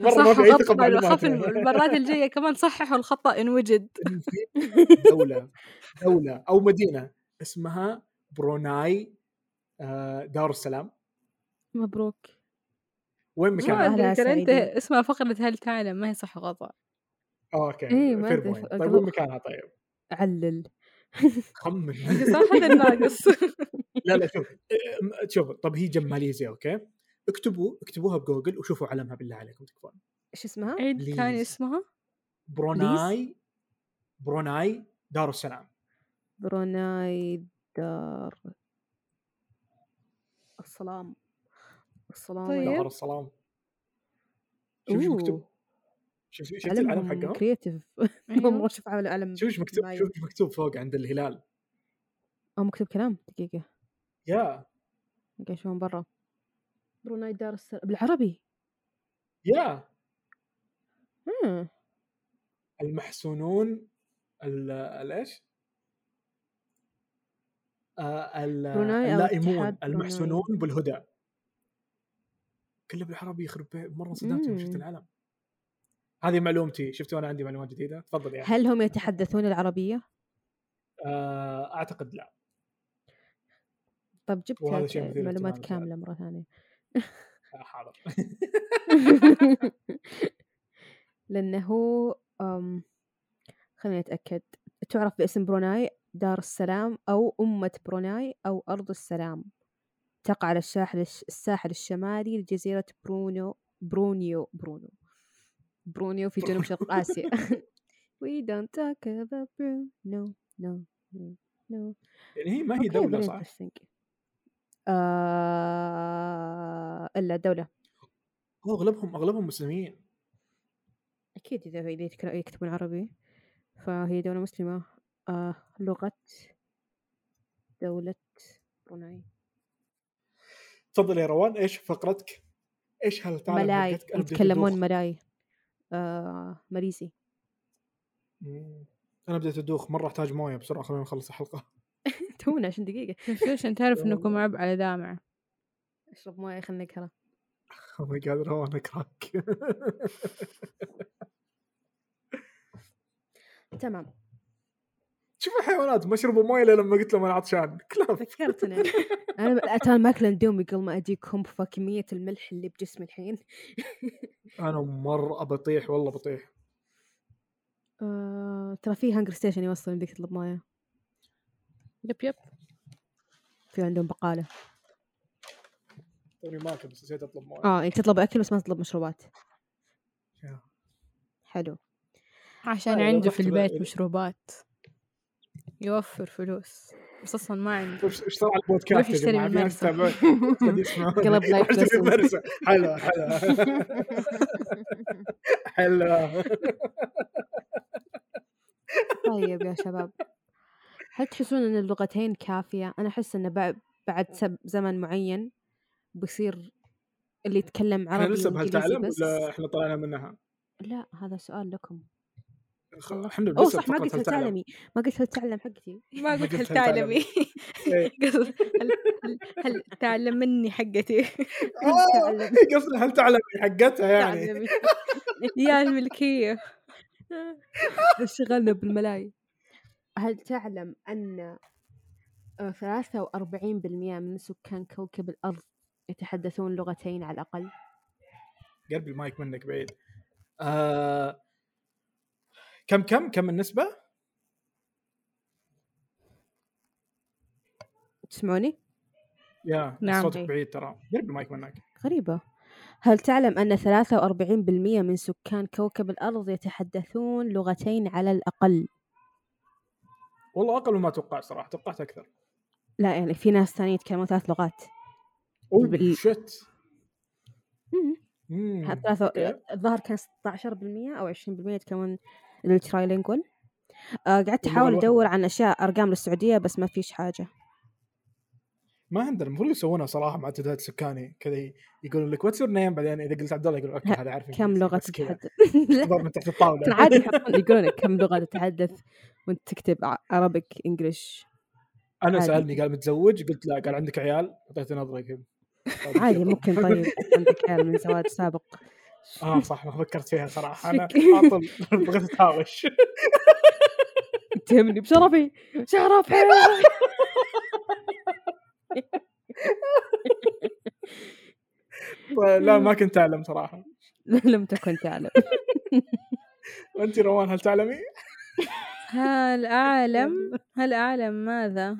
Speaker 3: مره ما
Speaker 1: صححوا
Speaker 3: في اي ثقه
Speaker 1: الخطأ، أخاف
Speaker 3: بمعلوماتي.
Speaker 1: إنه المرات الجاية كمان صححوا الخطأ إن وجد
Speaker 3: إن في دوله دوله او مدينه اسمها بروناي آه، دار السلام
Speaker 2: مبروك
Speaker 3: وين
Speaker 1: ما
Speaker 3: مكانها؟
Speaker 2: أهلها
Speaker 1: أدري كان أنت
Speaker 2: سعيدين.
Speaker 1: اسمها فقرة هل تعلم ما هي صح وخطأ
Speaker 3: اوكي
Speaker 2: إيه، ما
Speaker 3: آه،
Speaker 2: أدري،
Speaker 3: فير بوينت. طيب
Speaker 2: أقرب.
Speaker 3: وين مكانها طيب؟
Speaker 2: علل
Speaker 3: خمن
Speaker 1: صح هذا الناقص
Speaker 3: لا لا شوف إيه، شوف طب هي جنب ماليزيا اوكي اكتبوا اكتبوها بجوجل وشوفوا علمها بالله عليكم تكفون
Speaker 2: ايش اسمها؟
Speaker 1: عيد ثاني
Speaker 3: Please.
Speaker 1: اسمها
Speaker 3: بروناي بروناي دار السلام
Speaker 2: بروناي دار السلام السلام
Speaker 1: طيب.
Speaker 2: عليكم.
Speaker 3: دار السلام شوف شو
Speaker 2: أوه.
Speaker 3: مكتوب شوف شوف شفت العلم
Speaker 2: علمهم
Speaker 3: حقهم
Speaker 2: كريتيف
Speaker 1: أيوة.
Speaker 2: ما اشوف على علم
Speaker 3: شوف شو مكتوب
Speaker 2: مايل.
Speaker 3: شوف شو مكتوب فوق عند الهلال
Speaker 2: او مكتوب كلام دقيقة
Speaker 3: يا
Speaker 2: قاعد اشوف من برا بروناي دار السلام بالعربي
Speaker 3: يا
Speaker 2: آه.
Speaker 3: المحسونون ال- ال- ايش؟ آه، ال-
Speaker 2: بروناي أو
Speaker 3: اللائمون
Speaker 2: اتحاد بروناي.
Speaker 3: المحسونون بالهدى كله بالعربي يخرب بي- مره انصدمت يوم شفت
Speaker 2: مم.
Speaker 3: العلم هذه معلومتي شفتوا انا عندي معلومات جديده تفضل يا
Speaker 2: هل هم يتحدثون العربية؟
Speaker 3: آه، اعتقد لا
Speaker 2: طب جبت
Speaker 3: وهذا شيء مثير
Speaker 2: معلومات
Speaker 3: للاهتمام
Speaker 2: كاملة مرة ثانية
Speaker 3: آه، حاضر
Speaker 2: لأنه أم خليني أتأكد تعرف باسم بروناي دار السلام أو أمة بروناي أو أرض السلام تقع على الساحل الساحل الشمالي لجزيرة برونو برونيو برونو برونيو في جنوب شرق آسيا We don't talk about Bruno no no no
Speaker 3: يعني هي ما هي دوله صح؟
Speaker 2: آه... إلا دولة
Speaker 3: هو اغلبهم اغلبهم مسلمين
Speaker 2: أكيد إذا إذا يتك- يكتبون عربي فهي دولة مسلمة آه لغة دولة بروناي
Speaker 3: تفضل يا روان ايش فقرتك؟ ايش هالتعلم
Speaker 2: ملاي
Speaker 3: حقتك؟ أنا بديت
Speaker 2: يتكلمون
Speaker 3: أدوخ.
Speaker 2: ملاي آه ماليزي
Speaker 3: مم. انا بديت ادوخ مره احتاج مويه بسرعه خلينا نخلص الحلقه
Speaker 2: تونا عشان دقيقة
Speaker 1: شوف عشان تعرف انكم عب على دامعة
Speaker 2: اشرب موية خلنا نقهر
Speaker 3: او ماي جاد روان اكرهك
Speaker 2: تمام
Speaker 3: شوف الحيوانات ما شربوا مويه الا لما قلت لهم انا عطشان كلاب
Speaker 2: فكرتنا انا اتان ماكله اندومي قبل ما اجيكم فكميه الملح اللي بجسمي الحين
Speaker 3: انا مره بطيح والله بطيح
Speaker 2: آه، ترى في هانجر ستيشن يوصل انك تطلب مويه
Speaker 1: يب يب
Speaker 2: في عندهم بقاله
Speaker 3: توني ماكل بس نسيت اطلب مويه
Speaker 2: اه يعني تطلب اكل بس ما تطلب مشروبات
Speaker 3: يا.
Speaker 2: حلو
Speaker 1: عشان
Speaker 3: آه،
Speaker 1: عنده
Speaker 3: رحت
Speaker 1: في البيت
Speaker 3: بقى-
Speaker 1: مشروبات يوفر فلوس بس اصلا ما عنده
Speaker 3: وش وش طيب، صار على البودكاست
Speaker 1: روح
Speaker 3: يا جماعه
Speaker 1: اشتري
Speaker 3: في ناس
Speaker 1: من
Speaker 3: تابعون قاعد يسمعون
Speaker 2: قلب لايف
Speaker 3: رحت في
Speaker 2: ليسن.
Speaker 3: المدرسه حلا حلا حلا
Speaker 2: طيب يا شباب هل تحسون ان اللغتين كافيه انا احس انه بعد بعد سب- زمن معين بيصير اللي يتكلم
Speaker 3: احنا
Speaker 2: عربي
Speaker 3: لسه
Speaker 2: وانجليزي
Speaker 3: بهالتعلم
Speaker 2: بس
Speaker 3: ولا احنا طلعنا منها؟
Speaker 2: لا هذا سؤال لكم
Speaker 3: خ- احنا
Speaker 2: او
Speaker 3: لسه
Speaker 2: صح ما
Speaker 3: بفقرة
Speaker 2: قلت هل
Speaker 3: هالتعلم.
Speaker 2: تعلمي ما قلت هل تعلم حقتي
Speaker 1: ما
Speaker 3: قلت
Speaker 1: قلت هل
Speaker 3: هل
Speaker 1: تعلمي
Speaker 3: إيه.
Speaker 1: قصد- هل هل- هل تعلم مني حقتي
Speaker 3: آه،
Speaker 2: تعلم.
Speaker 3: قصدي هل تعلم حقتها يعني
Speaker 2: تعلمي
Speaker 1: يا الملكية
Speaker 2: اشتغلنا بالملاي هل تعلم أن آه، 43% من سكان كوكب الأرض يتحدثون لغتين على الأقل؟
Speaker 3: قرب المايك منك بعيد آه، كم كم كم النسبة؟
Speaker 2: تسمعوني؟
Speaker 3: يا
Speaker 1: نعم.
Speaker 3: صوتك
Speaker 2: إيه.
Speaker 3: بعيد ترى قرب المايك منك
Speaker 2: غريبة هل تعلم أن 43% من سكان كوكب الأرض يتحدثون لغتين على الأقل؟
Speaker 3: والله اقل ما توقع صراحة توقعت اكثر
Speaker 2: لا يعني في ناس ثانية يتكلمون ثلاث لغات
Speaker 3: اوه
Speaker 2: بال-
Speaker 3: شت
Speaker 2: مم.
Speaker 3: Oh مم.
Speaker 2: ثلاثة الظاهر كان 16% أو 20% يتكلمون الترايلينجول آه، قعدت
Speaker 3: واللغة
Speaker 2: أحاول
Speaker 3: الواحدة.
Speaker 2: أدور عن أشياء أرقام للسعودية بس ما فيش حاجة
Speaker 3: ما عندنا المفروض يسوونها صراحة مع تعداد سكاني كذا يقولون لك واتس يور نيم بعدين اذا قلت عبد الله يقول اوكي
Speaker 2: لا،
Speaker 3: هذا عارف
Speaker 2: كم
Speaker 3: إنجليزي،
Speaker 2: لغة
Speaker 3: بس كذا.
Speaker 2: تتحدث؟ لا
Speaker 3: تضرب من تحت الطاولة
Speaker 2: كان عادي يحطون يقولون لك كم لغة تتحدث وانت تكتب عربك انجلش
Speaker 3: انا
Speaker 2: عادي.
Speaker 3: سالني قال متزوج قلت لا قال عندك عيال اعطيته نظره كذا
Speaker 2: عادي ممكن طيب عندك عيال من زواج سابق
Speaker 3: اه صح ما فكرت فيها صراحه انا
Speaker 2: شك-
Speaker 3: على طول بغيت اتهاوش
Speaker 2: اتهمني بشرفي شرفي
Speaker 3: لا ما كنت اعلم صراحه
Speaker 2: لم تكن تعلم
Speaker 3: وانت روان هل تعلمي؟
Speaker 1: هل أعلم هل أعلم ماذا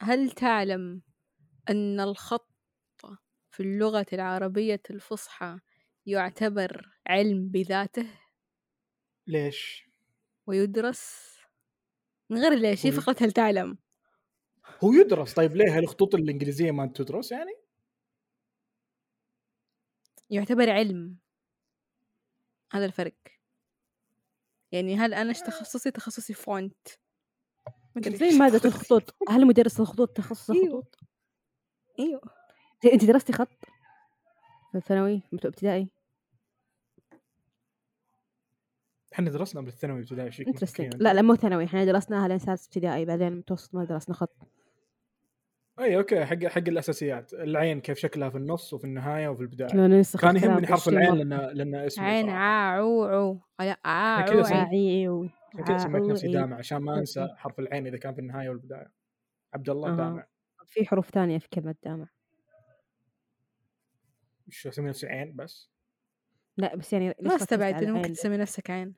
Speaker 1: هل تعلم أن الخط في اللغة العربية الفصحى يعتبر علم بذاته
Speaker 3: ليش؟
Speaker 1: ويدرس من غير ليش هي
Speaker 3: وي-
Speaker 1: فقرة هل تعلم
Speaker 3: هو يدرس طيب ليه هالخطوط الانجليزيه ما تدرس يعني؟
Speaker 1: يعتبر علم هذا الفرق يعني هل أنا إيش تخصصي تخصصي فونت
Speaker 2: زي مادة الخطوط هل مدرس الخطوط تخصص
Speaker 3: إيه.
Speaker 1: أيوه
Speaker 2: الخطوط؟
Speaker 1: أيوه
Speaker 2: زي انت درستي خط في الثانوي في ابتدائي
Speaker 3: إيه، احنا درسنا بالثانوي ابتدائي شيء
Speaker 2: انترستنج لا لا مو ثانوي احنا درسناها لين سادس ابتدائي بعدين متوسط ما درسنا خط
Speaker 3: اي اوكي حق حق الاساسيات العين كيف شكلها في النص وفي النهايه وفي البدايه
Speaker 2: كنا ننسخ
Speaker 3: كان
Speaker 2: الكلام
Speaker 3: يهمني حرف
Speaker 2: 20
Speaker 3: العين
Speaker 2: مرة.
Speaker 3: لان لان اسمه
Speaker 1: عين
Speaker 3: صراحة.
Speaker 1: عا عو عو لا عا
Speaker 3: أنا
Speaker 1: عو
Speaker 3: كذا
Speaker 1: عين.
Speaker 3: سمعت.
Speaker 2: عاعي و-
Speaker 3: عشان كذا سميت نفسي
Speaker 2: عاعي.
Speaker 3: دامع عشان ما انسى حرف العين اذا كان في النهايه والبدايه عبد الله
Speaker 2: إيه. أها.
Speaker 3: دامع
Speaker 2: في حروف ثانية في كلمة دامع
Speaker 3: مش اسمي نفسي عين بس
Speaker 2: لا بس يعني ليش
Speaker 1: ما
Speaker 2: ركزت
Speaker 1: استبعد
Speaker 2: على
Speaker 1: انه ممكن
Speaker 2: العين؟
Speaker 1: تسمي نفسك عين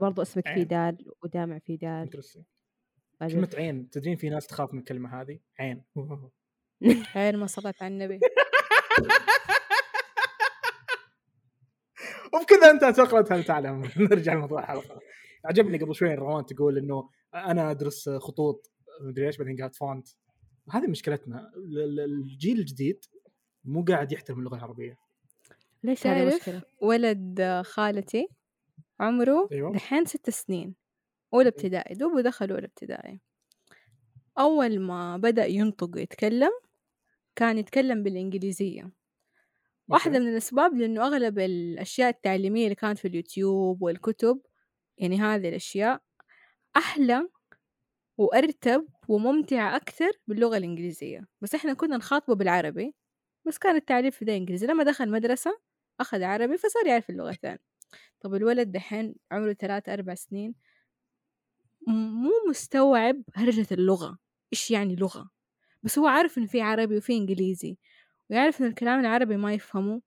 Speaker 2: برضو اسمك فيه
Speaker 3: عين.
Speaker 2: دال ودامع فيه دال
Speaker 3: interesting.
Speaker 2: بعدين-
Speaker 3: كلمه عين تدرين في ناس تخاف من الكلمه هذه عين
Speaker 1: غير ما صلت على النبي
Speaker 3: وبكذا انت فقره هل تعلم نرجع لموضوع الحلقه عجبني قبل شوي الروان تقول انه انا ادرس خطوط مدري ايش بعدين قالت فونت هذه مشكلتنا ال- ال- الجيل الجديد مو قاعد يحترم اللغه العربيه
Speaker 2: ليش هذه
Speaker 1: تعرف؟
Speaker 2: مشكلة؟
Speaker 1: ولد آه، خالتي عمره
Speaker 3: أيوة.
Speaker 1: دحين ست سنين أولى ابتدائي دوبه دخل أولى ابتدائي أول ما بدأ ينطق ويتكلم كان يتكلم بالإنجليزية واحدة من الأسباب لأنه أغلب الأشياء التعليمية اللي كانت في اليوتيوب والكتب يعني هذه الأشياء أحلى وأرتب وممتعة أكثر باللغة الإنجليزية بس إحنا كنا نخاطبه بالعربي بس كان التعريف في ده إنجليزي لما دخل مدرسة أخذ عربي فصار يعرف اللغتين طب الولد دحين عمره ثلاث أربع سنين م- مو مستوعب هرجة اللغة إيش يعني لغة بس هو عارف إن في عربي وفي إنجليزي ويعرف إن الكلام العربي ما يفهمه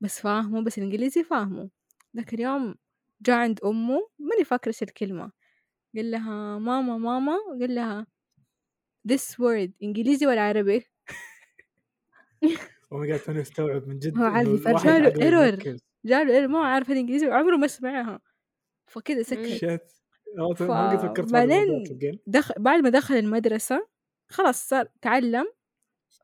Speaker 1: بس فاهمه بس الإنجليزي فاهمه ذاك اليوم جاء عند أمه ماني فاكرة إيش الكلمة قال لها ماما ماما قال لها this word إنجليزي ولا عربي
Speaker 3: وما قالت انا استوعب من جد
Speaker 2: هو عادي
Speaker 3: إنه الواحد
Speaker 1: فرجاله
Speaker 3: عقله
Speaker 1: error.
Speaker 3: يركز.
Speaker 1: جاله إيه ما هو عارف الإنجليزي وعمره ما سمعها فكده سكت
Speaker 3: شت
Speaker 1: ف-
Speaker 3: عرفت؟ ما قد فكرت في هذا
Speaker 1: بعدين-
Speaker 3: الموضوع تصدقين؟
Speaker 1: دخل بعد ما دخل المدرسة خلاص صار تعلم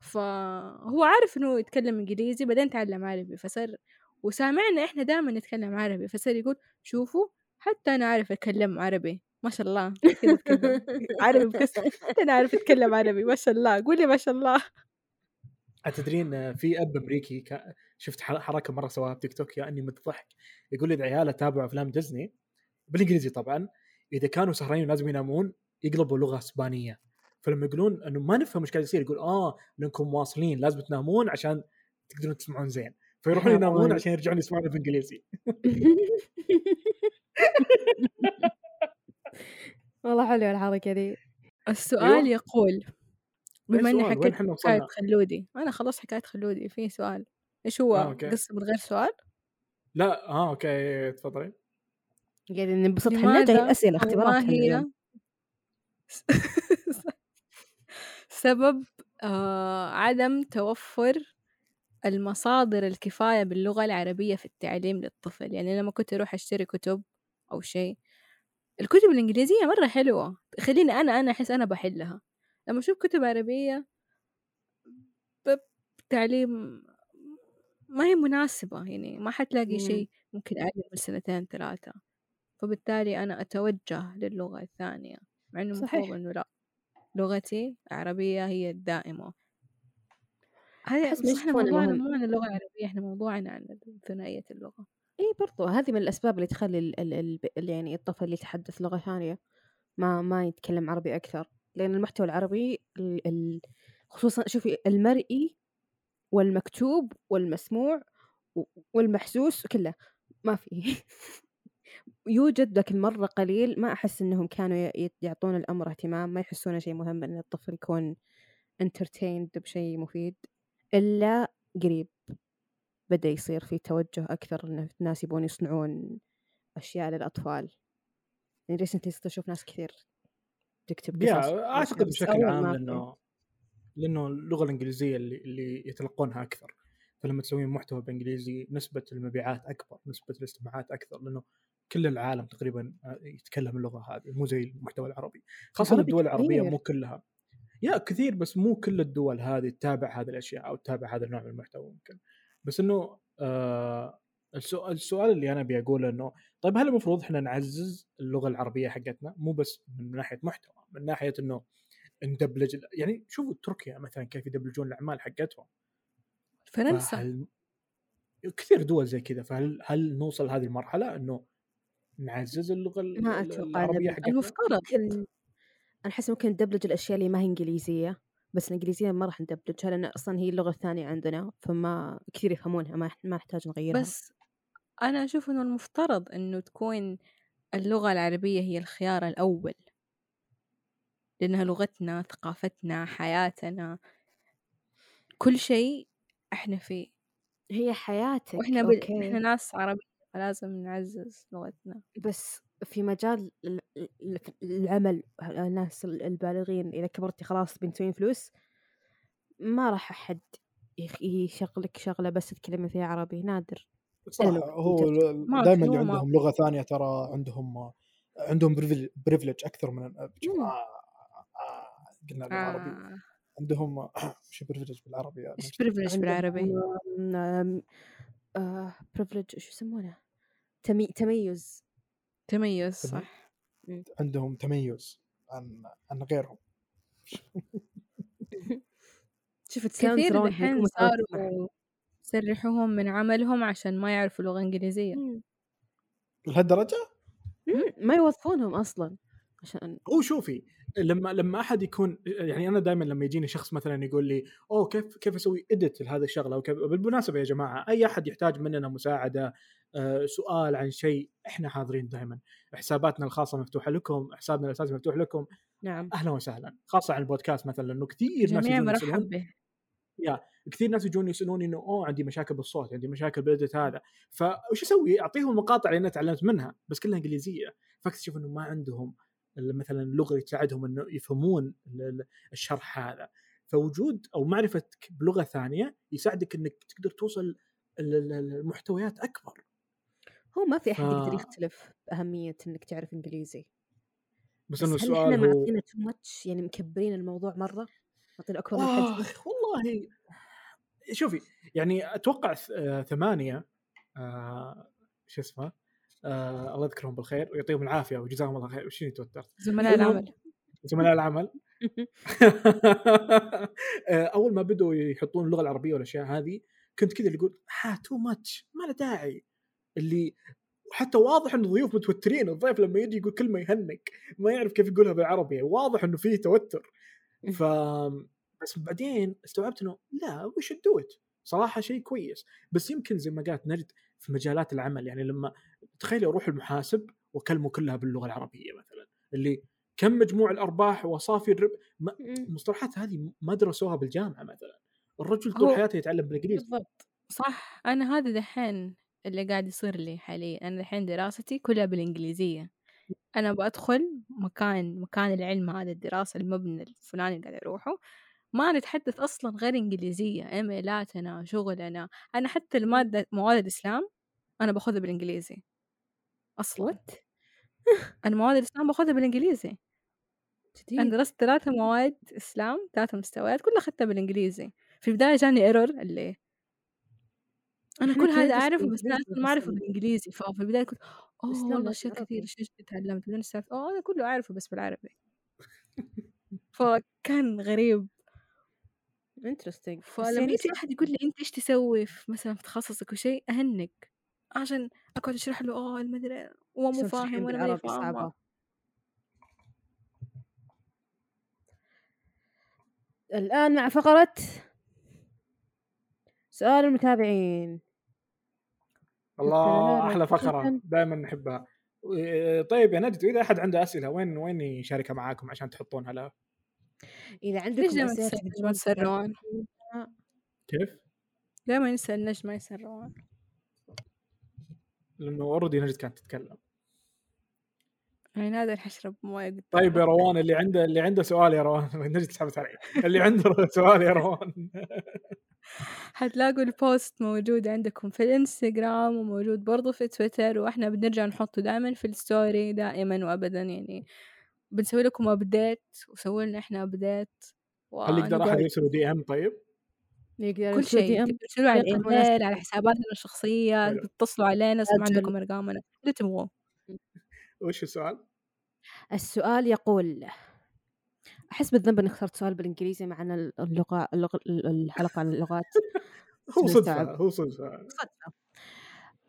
Speaker 1: فهو عارف انه يتكلم انجليزي بعدين تعلم عربي فصار وسامعنا احنا دائما نتكلم عربي فصار يقول شوفوا حتى انا عارف اتكلم عربي ما شاء الله كذا بكذا. عربي بكسر حتى انا عارف اتكلم عربي ما شاء الله قولي ما شاء الله
Speaker 3: تدرين آه، في اب امريكي كا- شفت ح- حركه مره سواها بتيك توك يا اني من الضحك يقول اذا عياله تابعوا افلام ديزني بالانجليزي طبعا اذا كانوا سهرانين ولازم ينامون يقلبوا لغه اسبانيه فلما يقولون انه ما نفهم ايش قاعد يصير يقول اه لانكم واصلين لازم تنامون عشان تقدرون تسمعون زين فيروحون ينامون عشان يرجعون يسمعون بالانجليزي
Speaker 2: والله حلوة الحركة ذي
Speaker 1: السؤال
Speaker 3: أيوة.
Speaker 1: يقول
Speaker 3: وين
Speaker 1: بما اني
Speaker 3: إيه سؤال؟ وين
Speaker 1: حكيت
Speaker 3: حنا
Speaker 1: حكاية
Speaker 3: وصلنا؟
Speaker 1: خلودي انا خلاص حكاية خلودي في سؤال ايش هو
Speaker 3: آه، أوكي.
Speaker 1: قصة من غير سؤال
Speaker 3: لا اه اوكي تفضلي
Speaker 2: قاعدين
Speaker 3: إيه،
Speaker 2: ننبسط
Speaker 1: لماذا
Speaker 2: احنا جايين أسئلة
Speaker 1: أو
Speaker 2: اختبارات
Speaker 1: ما
Speaker 2: إحنا اليوم.
Speaker 1: هي سبب آه عدم توفر المصادر الكفاية باللغة العربية في التعليم للطفل يعني لما كنت أروح أشتري كتب أو شيء الكتب الإنجليزية مرة حلوة خليني أنا أنا أحس أنا بحلها لما أشوف كتب عربية ب- تعليم ما هي مناسبة يعني ما حتلاقي
Speaker 2: مم.
Speaker 1: شيء ممكن أعلم سنتين ثلاثة فبالتالي أنا أتوجه للغة الثانية مع إنه
Speaker 2: صحيح.
Speaker 1: المفروض إنه لا لغتي العربية هي الدائمة هذا
Speaker 2: أحس
Speaker 1: بس احنا
Speaker 2: ميزتنا
Speaker 1: موضوعنا
Speaker 2: مهم.
Speaker 1: مو عن اللغة العربية احنا موضوعنا عن ثنائية اللغة
Speaker 2: اي برضو هذه من الاسباب اللي تخلي ال ال ال ال- يعني الطفل اللي يتحدث لغه ثانيه ما ما يتكلم عربي اكثر لان المحتوى العربي ال ال خصوصا شوفي المرئي والمكتوب والمسموع و- والمحسوس كله ما في يوجد لكن مرة قليل ما أحس إنهم كانوا ي- يت- يعطون الأمر اهتمام ما يحسونه شيء مهم إن الطفل يكون entertained بشيء مفيد إلا قريب بدأ يصير في توجه أكثر إن الناس يبون يصنعون أشياء للأطفال يعني ريسنتلي صرت أشوف ناس كثير تكتب
Speaker 3: يا
Speaker 2: قصص
Speaker 3: اعتقد
Speaker 2: وقصص.
Speaker 3: بشكل
Speaker 2: أول
Speaker 3: عام
Speaker 2: ما-
Speaker 3: لانه لانه اللغه الانجليزيه اللي, اللي يتلقونها اكثر فلما تسوين محتوى بانجليزي نسبه المبيعات اكبر نسبه الاستماعات اكثر لانه كل العالم تقريبا يتكلم اللغه هذه مو زي المحتوى العربي خاصه
Speaker 2: العربي
Speaker 3: الدول العربيه
Speaker 2: كثير.
Speaker 3: مو كلها يا كثير بس مو كل الدول هذه تتابع هذه الاشياء او تتابع هذا النوع من المحتوى ممكن بس انه آه السؤال, السؤال اللي انا بقوله انه طيب هل المفروض احنا نعزز اللغه العربيه حقتنا مو بس من ناحيه محتوى من ناحيه انه ندبلج ال- يعني شوفوا تركيا مثلا كيف يدبلجون الاعمال حقتهم
Speaker 1: فرنسا
Speaker 3: فهل كثير دول زي كذا فهل هل نوصل هذه المرحله انه نعزز اللغه ال-
Speaker 2: ما
Speaker 3: ال-
Speaker 2: أتوقع
Speaker 3: العربيه
Speaker 2: نبدأ.
Speaker 3: حقتنا
Speaker 1: المفترض
Speaker 2: يمكن انا احس ممكن ندبلج الاشياء اللي ما هي انجليزيه بس الانجليزيه ما راح ندبلجها لان اصلا هي اللغه الثانيه عندنا فما كثير يفهمونها ما ما نحتاج نغيرها
Speaker 1: بس أنا أشوف إنه المفترض إنه تكون اللغة العربية هي الخيار الأول لأنها لغتنا ثقافتنا حياتنا كل شيء إحنا فيه
Speaker 2: هي حياتك
Speaker 1: وإحنا بال...
Speaker 2: اوكي
Speaker 1: إحنا ناس عربية فلازم نعزز لغتنا
Speaker 2: بس في مجال ال- ال- العمل الناس البالغين إذا كبرتي خلاص بنتوين فلوس ما راح أحد يخ- يشغلك شغلة بس تتكلمي فيها عربي نادر ألو.
Speaker 4: صراحه هو
Speaker 1: ما
Speaker 4: دائما اللي
Speaker 1: هو ما-
Speaker 4: عندهم لغه ثانيه ترى عندهم عندهم بريفليج اكثر من بشوف-
Speaker 1: مم.
Speaker 4: آه، آه، قلنا بالعربي
Speaker 1: آه،
Speaker 4: عندهم شو بريفليج بالعربي يعني.
Speaker 1: ايش بريفليج
Speaker 2: عندهم،
Speaker 1: بالعربي؟
Speaker 2: آم، آه privilege شو يسمونه تمي... تميز
Speaker 1: تميز صح
Speaker 4: عندهم تميز عن عن غيرهم
Speaker 2: شفت
Speaker 1: كثير الحين صاروا يسرحوهم من عملهم عشان ما يعرفوا لغة إنجليزية
Speaker 4: لهالدرجه
Speaker 2: ما يوظفونهم اصلا عشان
Speaker 3: هو شوفي لما لما احد يكون يعني انا دائما لما يجيني شخص مثلا يقول لي اوه كيف كيف اسوي اديت لهذا الشغله وكيف بالمناسبه يا جماعه اي احد يحتاج مننا مساعده آه، سؤال عن شيء احنا حاضرين دائما حساباتنا الخاصه مفتوحه لكم حسابنا الاساسي مفتوح لكم
Speaker 2: نعم
Speaker 3: اهلا وسهلا خاصه عن البودكاست مثلا لانه كثير ناس
Speaker 1: جميع
Speaker 3: يجون
Speaker 1: مرحب
Speaker 3: يسالون
Speaker 1: به
Speaker 3: كثير ناس يجون يسالوني انه اوه عندي مشاكل بالصوت عندي مشاكل بالاديت هذا فايش اسوي؟ اعطيهم المقاطع اللي انا تعلمت منها بس كلها انجليزيه فاكتشف انه ما عندهم ال- مثلا لغه تساعدهم انه يفهمون ال- ال- الشرح هذا فوجود او معرفتك بلغه ثانيه يساعدك انك تقدر توصل ال- ال- المحتويات اكبر
Speaker 2: هو ما في احد يقدر
Speaker 3: ف-
Speaker 2: يختلف باهميه انك تعرف انجليزي بس
Speaker 3: بس انه
Speaker 2: هل احنا
Speaker 3: السؤال هو
Speaker 2: معطينا تو ماتش يعني مكبرين الموضوع مره معطينا اكبر من حجمه
Speaker 3: اخ والله شوفي يعني اتوقع ث- آه، ثمانيه آه، شو اسمه آه، الله يذكرهم بالخير ويعطيهم العافيه وجزاهم الله خير وشيني توترت
Speaker 1: زملاء
Speaker 3: المهم،
Speaker 1: العمل
Speaker 3: زملاء العمل آه، اول ما بدوا يحطون اللغه العربيه والاشياء هذه كنت كذا اللي يقول ها تو ماتش ما له داعي اللي حتى واضح ان الضيوف متوترين الضيف لما يجي يقول كلمه يهنك ما يعرف كيف يقولها بالعربي واضح انه فيه توتر ف بس بعدين استوعبت انه لا وش دو ات صراحه شيء كويس بس يمكن زي ما قالت نجد في مجالات العمل يعني لما تخيل اروح المحاسب واكلمه كلها باللغه العربيه مثلا اللي كم مجموع الارباح وصافي الربح
Speaker 2: مم.
Speaker 3: المصطلحات هذه ما درسوها بالجامعه مثلا الرجل
Speaker 1: هو-
Speaker 3: طول حياته يتعلم بالانجليزي
Speaker 1: بالضبط صح أنا هذا دحين اللي قاعد يصير لي حاليا أنا دحين دراستي كلها بالإنجليزية أنا بدخل مكان مكان العلم هذا الدراسة المبنى الفلاني اللي قاعد أروحه ما نتحدث أصلا غير إنجليزية إيميلاتنا شغلنا أنا حتى المادة مواد الإسلام أنا باخذها بالإنجليزي أصلا
Speaker 2: وات
Speaker 1: أنا مواد الإسلام باخذها بالإنجليزي انا
Speaker 2: جديد
Speaker 1: درست ثلاثة مواد اسلام ثلاثة مستويات كلها اخذتها بالانجليزي في البداية جاني ايرور اللي انا
Speaker 2: إحنا
Speaker 1: كل هذا
Speaker 2: كنا درسنا
Speaker 1: اعرفه بس انا
Speaker 2: إنجليزي
Speaker 1: أصلاً ما اعرفه
Speaker 2: أصلاً.
Speaker 1: بالانجليزي ففي البداية كنت اوه
Speaker 2: الإسلام
Speaker 1: والله
Speaker 2: ما
Speaker 1: اشياء
Speaker 2: تعرفه.
Speaker 1: كثير اشياء جديدة تعلمت بعدين استوعبت اوه انا كله اعرفه بس بالعربي فكان غريب
Speaker 2: انترستنج
Speaker 1: فلما يجي احد يقول لي انت ايش تسوي في مثلا في تخصصك وشيء اهنك عشان اقعد اشرح له اوه المدري هو مو فاهم ولا ماني فاهمه
Speaker 2: الآن مع فقرة سؤال المتابعين
Speaker 3: الله
Speaker 2: يعني لا،
Speaker 3: احلى فقره
Speaker 2: جداً.
Speaker 3: دائما نحبها و- طيب يا نجد واذا احد عنده اسئله وين وين يشاركها معاكم عشان تحطونها له
Speaker 2: إذا عندكم
Speaker 1: ليش دائما
Speaker 2: أسئلة
Speaker 1: تسأل نجم
Speaker 2: تبون
Speaker 1: ما تسرعون؟
Speaker 3: كيف؟
Speaker 1: دائما نسأل نجم ما يسرعون
Speaker 3: لانه اوريدي نجد كانت تتكلم
Speaker 1: يعني نادر حشرب مويه قدام
Speaker 3: طيب يا روان اللي عنده اللي عنده سؤال يا روان نجد سحبت علي اللي عنده سؤال يا روان
Speaker 1: حتلاقوا البوست موجود عندكم في الانستغرام وموجود برضو في تويتر واحنا بنرجع نحطه دائما في الستوري دائما وابدا يعني بنسوي لكم ابديت وسوي لنا احنا ابديت
Speaker 3: هل
Speaker 2: آه،
Speaker 3: يقدر احد يرسل دي ام طيب؟
Speaker 2: يقدر
Speaker 1: كل شيء ترسلوا على
Speaker 2: يقدر يقدر
Speaker 1: الايميل على حساباتنا الشخصية
Speaker 3: حلو.
Speaker 1: تتصلوا علينا اسمعوا
Speaker 2: أجل.
Speaker 1: عندكم ارقامنا اللي تبغوه
Speaker 3: وش السؤال؟
Speaker 2: السؤال يقول أحس بالذنب إني اخترت سؤال بالإنجليزي مع أن اللغة اللغة الحلقة عن اللغات
Speaker 3: هو صدفه
Speaker 2: نستوعب.
Speaker 3: هو صدفه
Speaker 2: صدفة.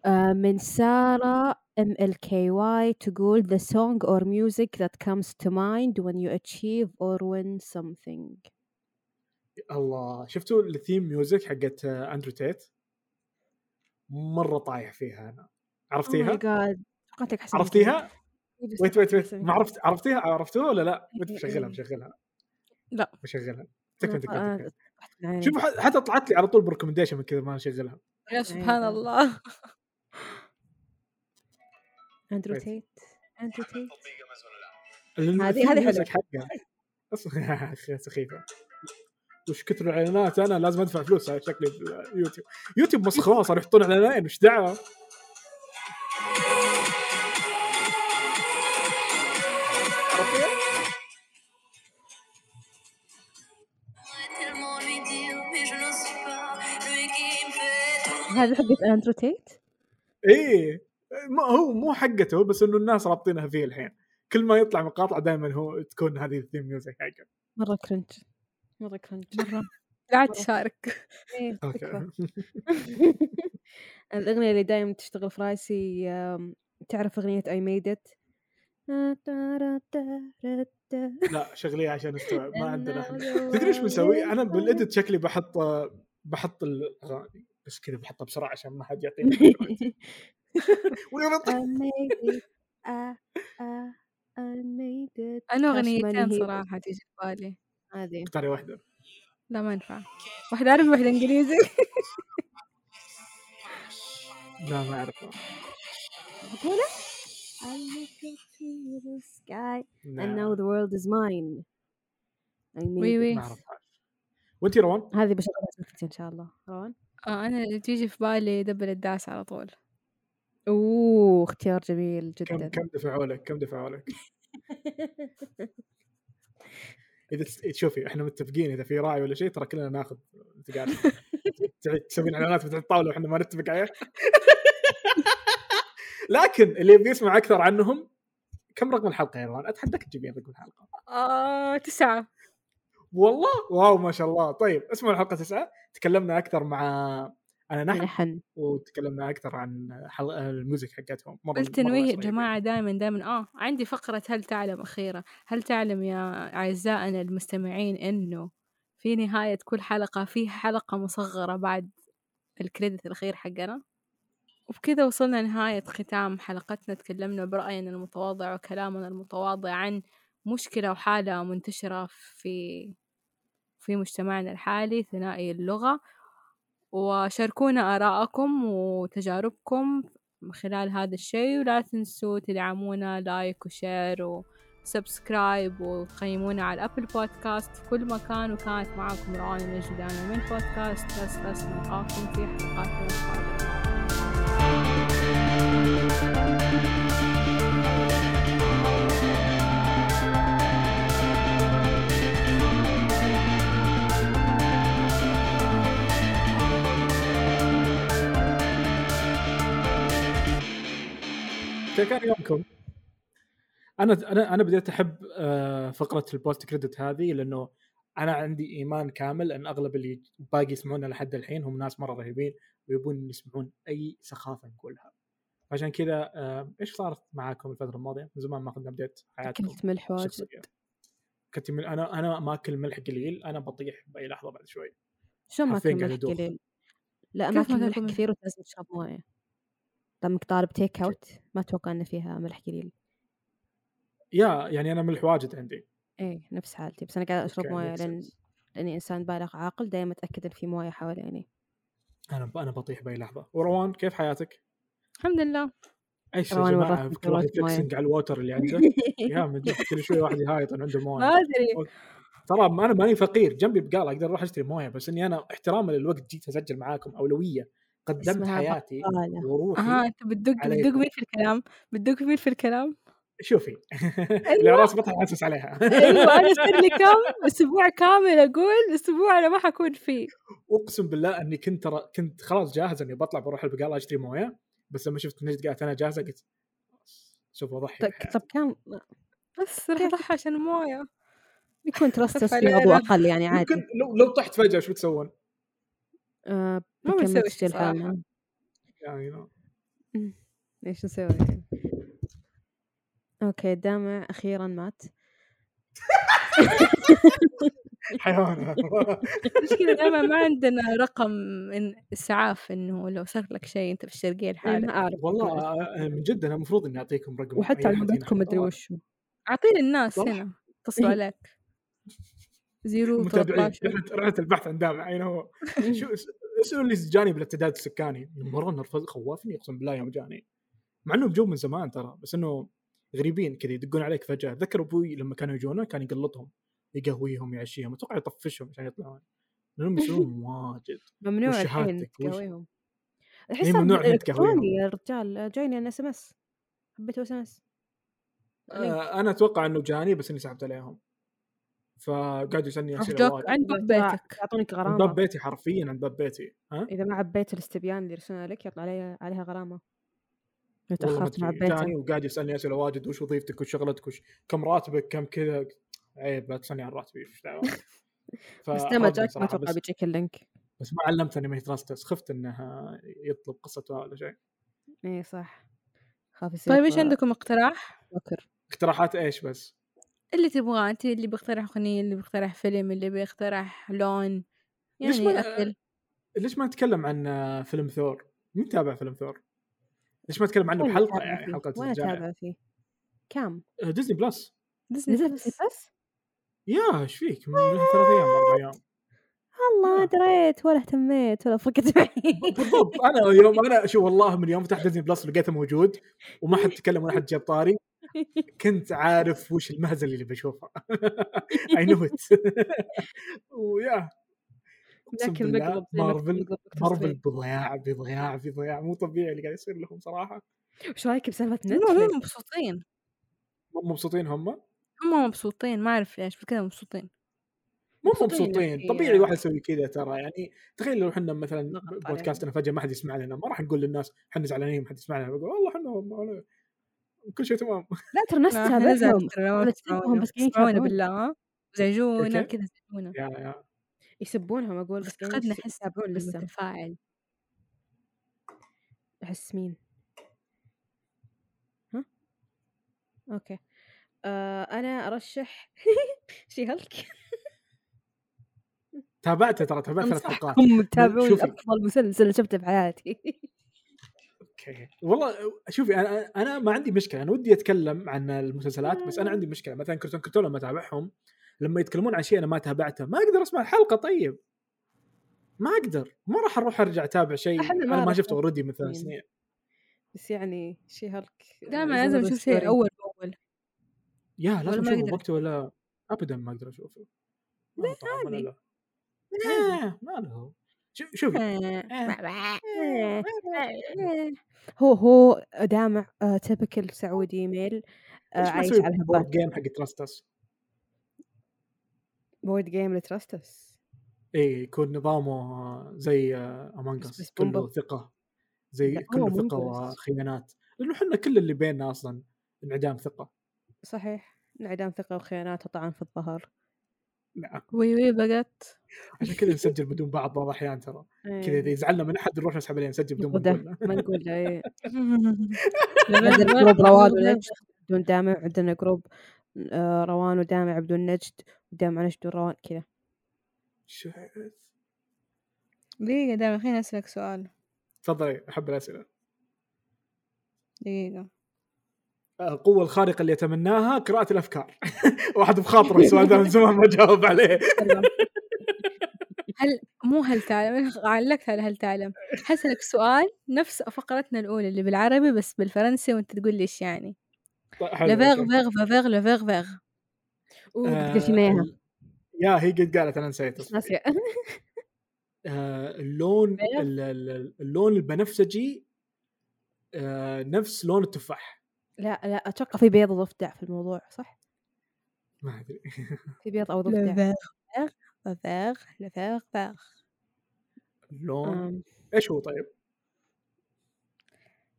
Speaker 2: آه، من سارة ام ال كي واي تقول the song or music that comes to mind when you achieve or win something
Speaker 3: الله شفتوا الثيم ميوزك حقت آه، اندرو تيت؟ مره طايح فيها انا عرفتيها؟
Speaker 2: Oh god إيه توقعتك حسب
Speaker 3: عرفتيها؟ ويت ويت ويت ما عرفت عرفتيها عرفتوها ولا لا؟ ويت بشغلها بشغلها
Speaker 1: إيه، لا.
Speaker 3: بشغلها تكفى
Speaker 2: آه،
Speaker 3: تكفى تكفى.
Speaker 2: شوف
Speaker 3: شوفوا ح- حتى طلعت لي على طول بريكومنديشن من كذا ما نشغلها
Speaker 1: يا
Speaker 2: أيضاً.
Speaker 1: سبحان الله
Speaker 2: اندرو
Speaker 3: ويت.
Speaker 2: تيت entity
Speaker 3: لأن
Speaker 1: هذه-
Speaker 3: في
Speaker 1: هذه
Speaker 3: ميوزك حقها أصلاً- أخي يعني. سخيفة وش كثر الاعلانات انا لازم ادفع فلوس على شكلي يوتيوب يوتيوب مسخره صار يحطون اعلانات وش دعوه
Speaker 5: tellement lui dire, mais je n'ose pas. Lui qui me fait tout.
Speaker 2: هذه حقت الاندرو تيت
Speaker 3: ايه ما هو مو حقته بس انه الناس رابطينها فيه الحين كل ما يطلع مقاطع دائما هو تكون هذه الثيم ميوزك حقه
Speaker 2: مره كرنج مره كرنج مره
Speaker 1: لا تشارك
Speaker 2: إيه، تكفى.
Speaker 3: اوكي
Speaker 2: الاغنيه اللي دايما تشتغل في راسي آم، تعرف اغنيه اي ميد ات
Speaker 3: لا شغليه عشان استوعب ما عندنا احنا تدري ايش بنسوي؟ انا بالادت شكلي بحط بحط الاغاني بس كذا بحطها بسرعه عشان ما حد يعطيني ويغلط.
Speaker 1: انا اغنيتين صراحه تيجي في بالي
Speaker 2: هذه
Speaker 3: اختاري واحده
Speaker 1: لا ما ينفع واحده عربي واحده انجليزي
Speaker 3: لا ما اعرفها
Speaker 2: I look up to the sky
Speaker 3: لا،
Speaker 2: and now the world is mine I made
Speaker 1: وي
Speaker 2: it.
Speaker 1: وي
Speaker 3: ما اعرفها وانت روان؟
Speaker 2: هذه بشغلها سكت ان شاء الله روان
Speaker 1: آه انا اللي تيجي في بالي دبل الداس على طول
Speaker 2: اوه اختيار جميل
Speaker 3: كم
Speaker 2: جدا
Speaker 3: كم دفعوا لك؟ كم دفعوا لك؟ اذا تس- إيه، شوفي احنا متفقين اذا في راعي ولا شيء ترى كلنا ناخذ انت تسوين اعلانات بتاع الطاوله واحنا ما نتفق عليها لكن اللي بيسمع اكثر عنهم كم رقم الحلقه يا روان؟ اتحداك تجيبين رقم الحلقه
Speaker 1: آه تسعة
Speaker 3: والله واو ما شاء الله طيب اسمعوا الحلقه تسعة تكلمنا اكثر مع انا نحن
Speaker 2: لحن
Speaker 3: وتكلمنا اكثر عن حلقه الميوزك حقتهم مرة- مرة
Speaker 1: بالتنويه يا
Speaker 3: رهيبين.
Speaker 1: إيه جماعة دائما دائما اه عندي فقرة هل تعلم أخيرة هل تعلم يا أعزائنا المستمعين إنه في نهاية كل حلقة في حلقة مصغرة بعد الكريدت الأخير حقنا وبكذا وصلنا نهاية ختام حلقتنا تكلمنا برأينا المتواضع وكلامنا المتواضع عن مشكلة وحالة منتشرة في في مجتمعنا الحالي ثنائي اللغة وشاركونا آراءكم وتجاربكم من خلال هذا الشيء ولا تنسوا تدعمونا لايك وشير وسبسكرايب وتقيمونا على الأبل بودكاست في كل مكان وكانت معاكم رعانا نجدانا من بودكاست بس بس نلقاكم في حلقاتنا القادمة
Speaker 3: كيف كان يومكم؟ انا انا انا بديت احب آه، فقره البوست كريدت هذه لانه انا عندي ايمان كامل ان اغلب اللي باقي يسمعونا لحد الحين هم ناس مره رهيبين ويبون يسمعون اي سخافه نقولها. عشان كذا آه، ايش صارت معاكم الفتره الماضيه؟ من زمان ما اخذنا ابديت حياتكم
Speaker 2: اكلت ملح واجد
Speaker 3: الشخصيه. كنت من انا انا ما اكل ملح قليل انا بطيح باي لحظه بعد شوي.
Speaker 2: شو ما
Speaker 3: حرفياً
Speaker 2: اكل
Speaker 3: قاعد
Speaker 2: ملح
Speaker 3: يدوخ.
Speaker 2: قليل لا
Speaker 1: كيف ما
Speaker 2: ما اكل ملح
Speaker 1: تاكل ملح؟
Speaker 2: كثير ولازم اشرب مويه لما طالب تيك اوت ما اتوقع انه فيها ملح قليل
Speaker 3: يا يعني انا ملح واجد عندي.
Speaker 2: ايه نفس حالتي بس انا قاعده اشرب
Speaker 3: أوكي،
Speaker 2: مويه
Speaker 3: makes
Speaker 2: لان
Speaker 3: sense.
Speaker 2: لاني انسان بالغ عاقل دائما اتاكد ان في مويه حواليني
Speaker 3: انا انا بطيح باي لحظه. وروان كيف حياتك؟
Speaker 1: الحمد لله
Speaker 3: ايش يا
Speaker 2: روان
Speaker 3: جماعه
Speaker 2: مرات
Speaker 3: كل واحد
Speaker 2: مرات معين.
Speaker 3: فيكسنج على الووتر اللي عنده يا من جد كل شوي واحد يهايط إنه عنده
Speaker 1: ما
Speaker 3: مويه
Speaker 1: أدري
Speaker 3: ترى انا ماني فقير جنبي بقاله اقدر اروح اشتري مويه بس اني انا احتراما للوقت جيت اسجل معاكم اولويه قدمت
Speaker 2: اسمها
Speaker 3: حياتي
Speaker 2: بقالة.
Speaker 3: وروحي
Speaker 1: أها آه، أنت بتدق
Speaker 3: عليكم.
Speaker 1: بتدق مين في الكلام بتدق مين في الكلام
Speaker 3: شوفي اللي راس بطل حاسس عليها
Speaker 1: أيوة أنا صار لي كم أسبوع كامل أقول أسبوع أنا ما حكون فيه
Speaker 3: اقسم بالله اني كنت ترى كنت خلاص جاهز اني بطلع بروح البقاله اشتري مويه بس لما شفت نجد قالت انا جاهزه قلت شوف اضحي
Speaker 2: طب-
Speaker 3: بحياتي.
Speaker 2: طب كان
Speaker 1: بس راح أضحي عشان موية
Speaker 2: يكون ترستس في
Speaker 1: علينا.
Speaker 2: موضوع اقل يعني عادي
Speaker 3: ممكن لو لو طحت فجاه شو بتسوون؟
Speaker 2: آه،
Speaker 1: ما
Speaker 2: بكمل
Speaker 1: بنسوي
Speaker 2: تسجيل
Speaker 1: شي صراحة.
Speaker 2: حالنا.
Speaker 3: يعني you know.
Speaker 2: ايش نسوي يعني اوكي دامع اخيرا مات
Speaker 3: حيوان
Speaker 1: مشكلة دائما ما عندنا رقم إن- اسعاف انه لو صار لك شيء انت في الشرقية
Speaker 2: إيه،
Speaker 1: لحالك
Speaker 2: ما اعرف
Speaker 3: والله آه، من جد انا المفروض اني اعطيكم رقم أي
Speaker 2: وحتى
Speaker 3: أحد
Speaker 2: على
Speaker 3: هنا
Speaker 2: عمرتكم
Speaker 3: حيدور.
Speaker 2: مدري وشو
Speaker 1: اعطيني الناس
Speaker 3: والله.
Speaker 1: هنا اتصلوا عليك زيرو
Speaker 3: متابعين
Speaker 1: 13
Speaker 3: رحله رحله البحث عن دامع يعني هو شو اس- اسمه اللي جاني بالارتداد السكاني مره نرفز خوفني اقسم بالله يوم جاني مع انه بجو من زمان ترى بس انه غريبين كذا يدقون عليك فجاه اتذكر ابوي لما كانوا يجونا كان يقلطهم يقهويهم يعشيهم اتوقع يطفشهم عشان يطلعون لانهم يسوون واجد
Speaker 2: ممنوع الحين
Speaker 3: وشهادتك وش-
Speaker 2: تقويهم
Speaker 3: إيه،
Speaker 2: الحين صار
Speaker 3: ممنوع الحين تقويهم.
Speaker 2: إلكتروني يا رجال جايني انا اس ام اس حبيت اس ام اس
Speaker 3: آه انا اتوقع انه جاني بس اني سحبت عليهم فقعدوا يسالني اسئله
Speaker 1: أفجاك
Speaker 3: واجد
Speaker 1: عند بيتك
Speaker 2: يعطونك
Speaker 3: عند باب
Speaker 2: غرامه
Speaker 3: بيتي حرفيا عند باب بيتي ها
Speaker 2: اذا ما عبيت الاستبيان اللي يرسلونه لك يطلع عليها عليها غرامه لو
Speaker 3: والله ما
Speaker 2: تاخرت ما
Speaker 3: أدري،
Speaker 2: عبيتها
Speaker 3: جاني وقاعد يسالني اسئله واجد وش وظيفتك وش شغلتك وش كم راتبك كم كذا عيب لا تسالني عن راتبي وش دعوه
Speaker 2: بس
Speaker 3: فأخذني
Speaker 2: لما جاك ما
Speaker 3: صراحة،
Speaker 2: اتوقع
Speaker 3: بس,
Speaker 2: بيجيك اللينك
Speaker 3: بس ما علمت اني ما هي تراستس خفت انها يطلب قصتها ولا شيء
Speaker 2: اي إيه، صح خاف يصير
Speaker 1: طيب ايش
Speaker 2: آه،
Speaker 1: عندكم اقتراح؟
Speaker 2: بكر
Speaker 3: اقتراحات ايش بس
Speaker 1: اللي تبغاه انت اللي بيقترح اغنية اللي بيقترح فيلم اللي بيقترح لون
Speaker 3: ليش
Speaker 1: يعني
Speaker 3: ما-
Speaker 1: اكل
Speaker 3: ليش ما نتكلم عن آه، فيلم ثور؟ مين تابع فيلم ثور؟ ليش ما نتكلم عنه
Speaker 2: وين
Speaker 3: بحلقه
Speaker 2: أتابع
Speaker 3: يعني
Speaker 2: فيه؟
Speaker 3: حلقه
Speaker 2: وين
Speaker 3: الجامعة؟
Speaker 2: اتابع فيه؟ كم؟
Speaker 3: آه، ديزني بلس
Speaker 1: ديزني
Speaker 2: نزل
Speaker 1: بلس.
Speaker 2: بس بس؟
Speaker 3: يا ايش فيك؟ من من ثلاث ايام اربع ايام
Speaker 2: والله ما
Speaker 3: آه.
Speaker 2: دريت ولا اهتميت ولا فرقت معي
Speaker 3: بالضبط انا يوم انا شو والله من يوم فتحت ديزني بلس لقيته موجود وما حد تكلم ولا حد جاب طاري كنت عارف وش المهزله اللي بشوفها اي نو ات ويا أقسم
Speaker 2: ذاك
Speaker 3: بالله،
Speaker 2: المقلب زي ما كنت مقلب دكتور
Speaker 3: مارفل مارفل
Speaker 2: سترينج.
Speaker 3: بضياع بضياع بضياع مو طبيعي اللي قاعد يصير لهم صراحه
Speaker 2: وش رايك بسالفه
Speaker 1: لا لا،
Speaker 2: نتفلكس؟
Speaker 1: مبسوطين
Speaker 3: مو مبسوطين هم
Speaker 1: هم مبسوطين ما اعرف ليش بس كذا مبسوطين
Speaker 3: مو
Speaker 2: مبسوطين
Speaker 3: مبسوطين
Speaker 2: نفسياً.
Speaker 3: طبيعي الواحد يسوي كذا ترى يعني تخيل لو احنا مثلا
Speaker 2: ضغط عليهم.
Speaker 3: بودكاستنا فجاه ما حد يسمع لنا ما راح نقول للناس احنا زعلانين ما حد يسمع لنا بقول والله احنا كل شيء تمام
Speaker 2: لا ترى الناس
Speaker 1: لا، إحنا نزعل
Speaker 2: تتابعهم
Speaker 1: ترى لو
Speaker 2: ولا
Speaker 1: تسمعونا،
Speaker 2: تسمعوهم، بس قاعدين
Speaker 1: تسمعونا
Speaker 2: يتابعون.
Speaker 1: بالله ها؟ زعجونا
Speaker 3: كيف؟
Speaker 1: كذا زعجونا
Speaker 3: يا يا
Speaker 2: يسبونهم اقول بس
Speaker 1: بس
Speaker 2: قاعدين
Speaker 1: فقدنا
Speaker 2: يس-
Speaker 1: حس
Speaker 2: يتابعون لسه
Speaker 1: المتفاعل
Speaker 2: احس مين؟ ها؟ اوكي آه انا ارشح شي هلك
Speaker 3: تابعته ترى تابعت ثلاث حلقات
Speaker 2: انصحكم تتابعون
Speaker 3: شوفي.
Speaker 2: افضل مسلسل شفته في حياتي
Speaker 3: اوكي والله شوفي انا انا ما عندي مشكله انا ودي اتكلم عن المسلسلات بس انا عندي مشكله مثلا كرتون كرتون لما اتابعهم لما يتكلمون عن شيء انا ما تابعته ما اقدر اسمع الحلقه طيب ما اقدر ما راح اروح ارجع اتابع شيء
Speaker 2: أحنا ما
Speaker 3: انا ما
Speaker 2: عرفنا
Speaker 3: شفته اوريدي من ثلاث
Speaker 2: مين.
Speaker 3: سنين
Speaker 2: بس يعني شي هلك
Speaker 1: دائما لازم نشوف شيء اول باول
Speaker 3: يا لازم
Speaker 1: ما
Speaker 3: اشوفه
Speaker 1: أقدر.
Speaker 3: بوقته ولا ابدا ما اقدر اشوفه ما له طعم ولا
Speaker 1: عادي.
Speaker 3: له. آه، ما له شو- شوفي
Speaker 2: هو هو دامع تبكل سعودي ميل آه،
Speaker 3: ليش ما
Speaker 2: عايش
Speaker 3: تسوي
Speaker 2: على
Speaker 3: بورد
Speaker 2: الهبال
Speaker 3: جيم حق تراستس
Speaker 2: بورد جيم لتراستس
Speaker 3: اي إيه، يكون نظامه زي امونج
Speaker 2: بس-
Speaker 3: اس
Speaker 2: بس
Speaker 3: كله
Speaker 2: بومبا.
Speaker 3: ثقه زي
Speaker 2: لا، هو
Speaker 3: كله ثقه
Speaker 2: Among Us.
Speaker 3: وخيانات لانه احنا كل اللي بيننا اصلا انعدام ثقه
Speaker 2: صحيح انعدام ثقة وخيانات وطعن في الظهر
Speaker 3: نعم
Speaker 1: وي وي بقت
Speaker 3: عشان كذا نسجل بدون بعض بعض الاحيان ترى كذا اذا يزعلنا من احد نروح نسحب عليه نسجل بدون ما نقول له.
Speaker 2: إيه، ما نقول له إيه. عندنا جروب روان
Speaker 1: لما-
Speaker 2: ونجد بدون دامع عندنا جروب آه، روان ودامع بدون نجد ودامع نجد بدون روان كذا
Speaker 3: شو-
Speaker 1: دقيقة دائما خليني أسألك سؤال
Speaker 3: تفضلي احب الاسئله
Speaker 1: دقيقة
Speaker 3: القوة الخارقة اللي أتمناها قراءة الأفكار واحد بخاطره السؤال ذا من زمان ما جاوب عليه
Speaker 1: هل مو هل تعلم أنا علقت على هل تعلم حسألك سؤال نفس فقرتنا الأولى اللي بالعربي بس بالفرنسي وأنت تقول لي إيش يعني
Speaker 3: طيب، حلو،
Speaker 1: لا فيغ
Speaker 3: أوكي.
Speaker 1: فيغ فا فيغ لا فيغ فيغ
Speaker 2: اوه
Speaker 3: آه،
Speaker 2: قد قلت لنا اياها
Speaker 3: ال- يا هي قد قالت أنا نسيت
Speaker 2: بس ناسية
Speaker 3: آه، اللون
Speaker 2: إيه؟
Speaker 3: ال- ال- اللون البنفسجي آه، نفس لون التفاح
Speaker 2: لا لا اتوقع في بيض ضفدع في الموضوع صح؟
Speaker 3: ما ادري
Speaker 2: في بيض او
Speaker 1: لا
Speaker 2: ضفدع
Speaker 1: فيغ فا فيغ لا فيغ فيغ
Speaker 3: اللون
Speaker 2: آم،
Speaker 3: ايش هو طيب؟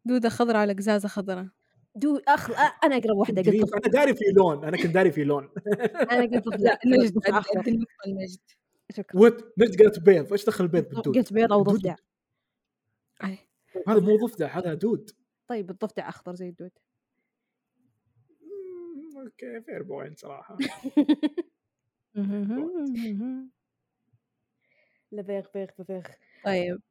Speaker 1: دودة خضرة على قزازة خضرة
Speaker 2: دو اخ آه، انا اقرب واحده قلت
Speaker 3: قريب.
Speaker 2: ضفدع
Speaker 3: انا داري في لون انا كنت داري في لون
Speaker 2: انا قلت ضفدع قلت
Speaker 1: نجد
Speaker 2: ضفدع أخضر.
Speaker 1: النجد
Speaker 2: شكراً.
Speaker 3: وات نرد قالت بيض ايش دخل البيض بالدود؟
Speaker 2: قلت بيض او
Speaker 3: دود.
Speaker 2: ضفدع إيه.
Speaker 3: هذا مو ضفدع هذا دود
Speaker 2: طيب الضفدع اخضر زي الدود
Speaker 3: مم، اوكي فير بوينت صراحه
Speaker 2: لا بيغ بيغ بيغ
Speaker 1: طيب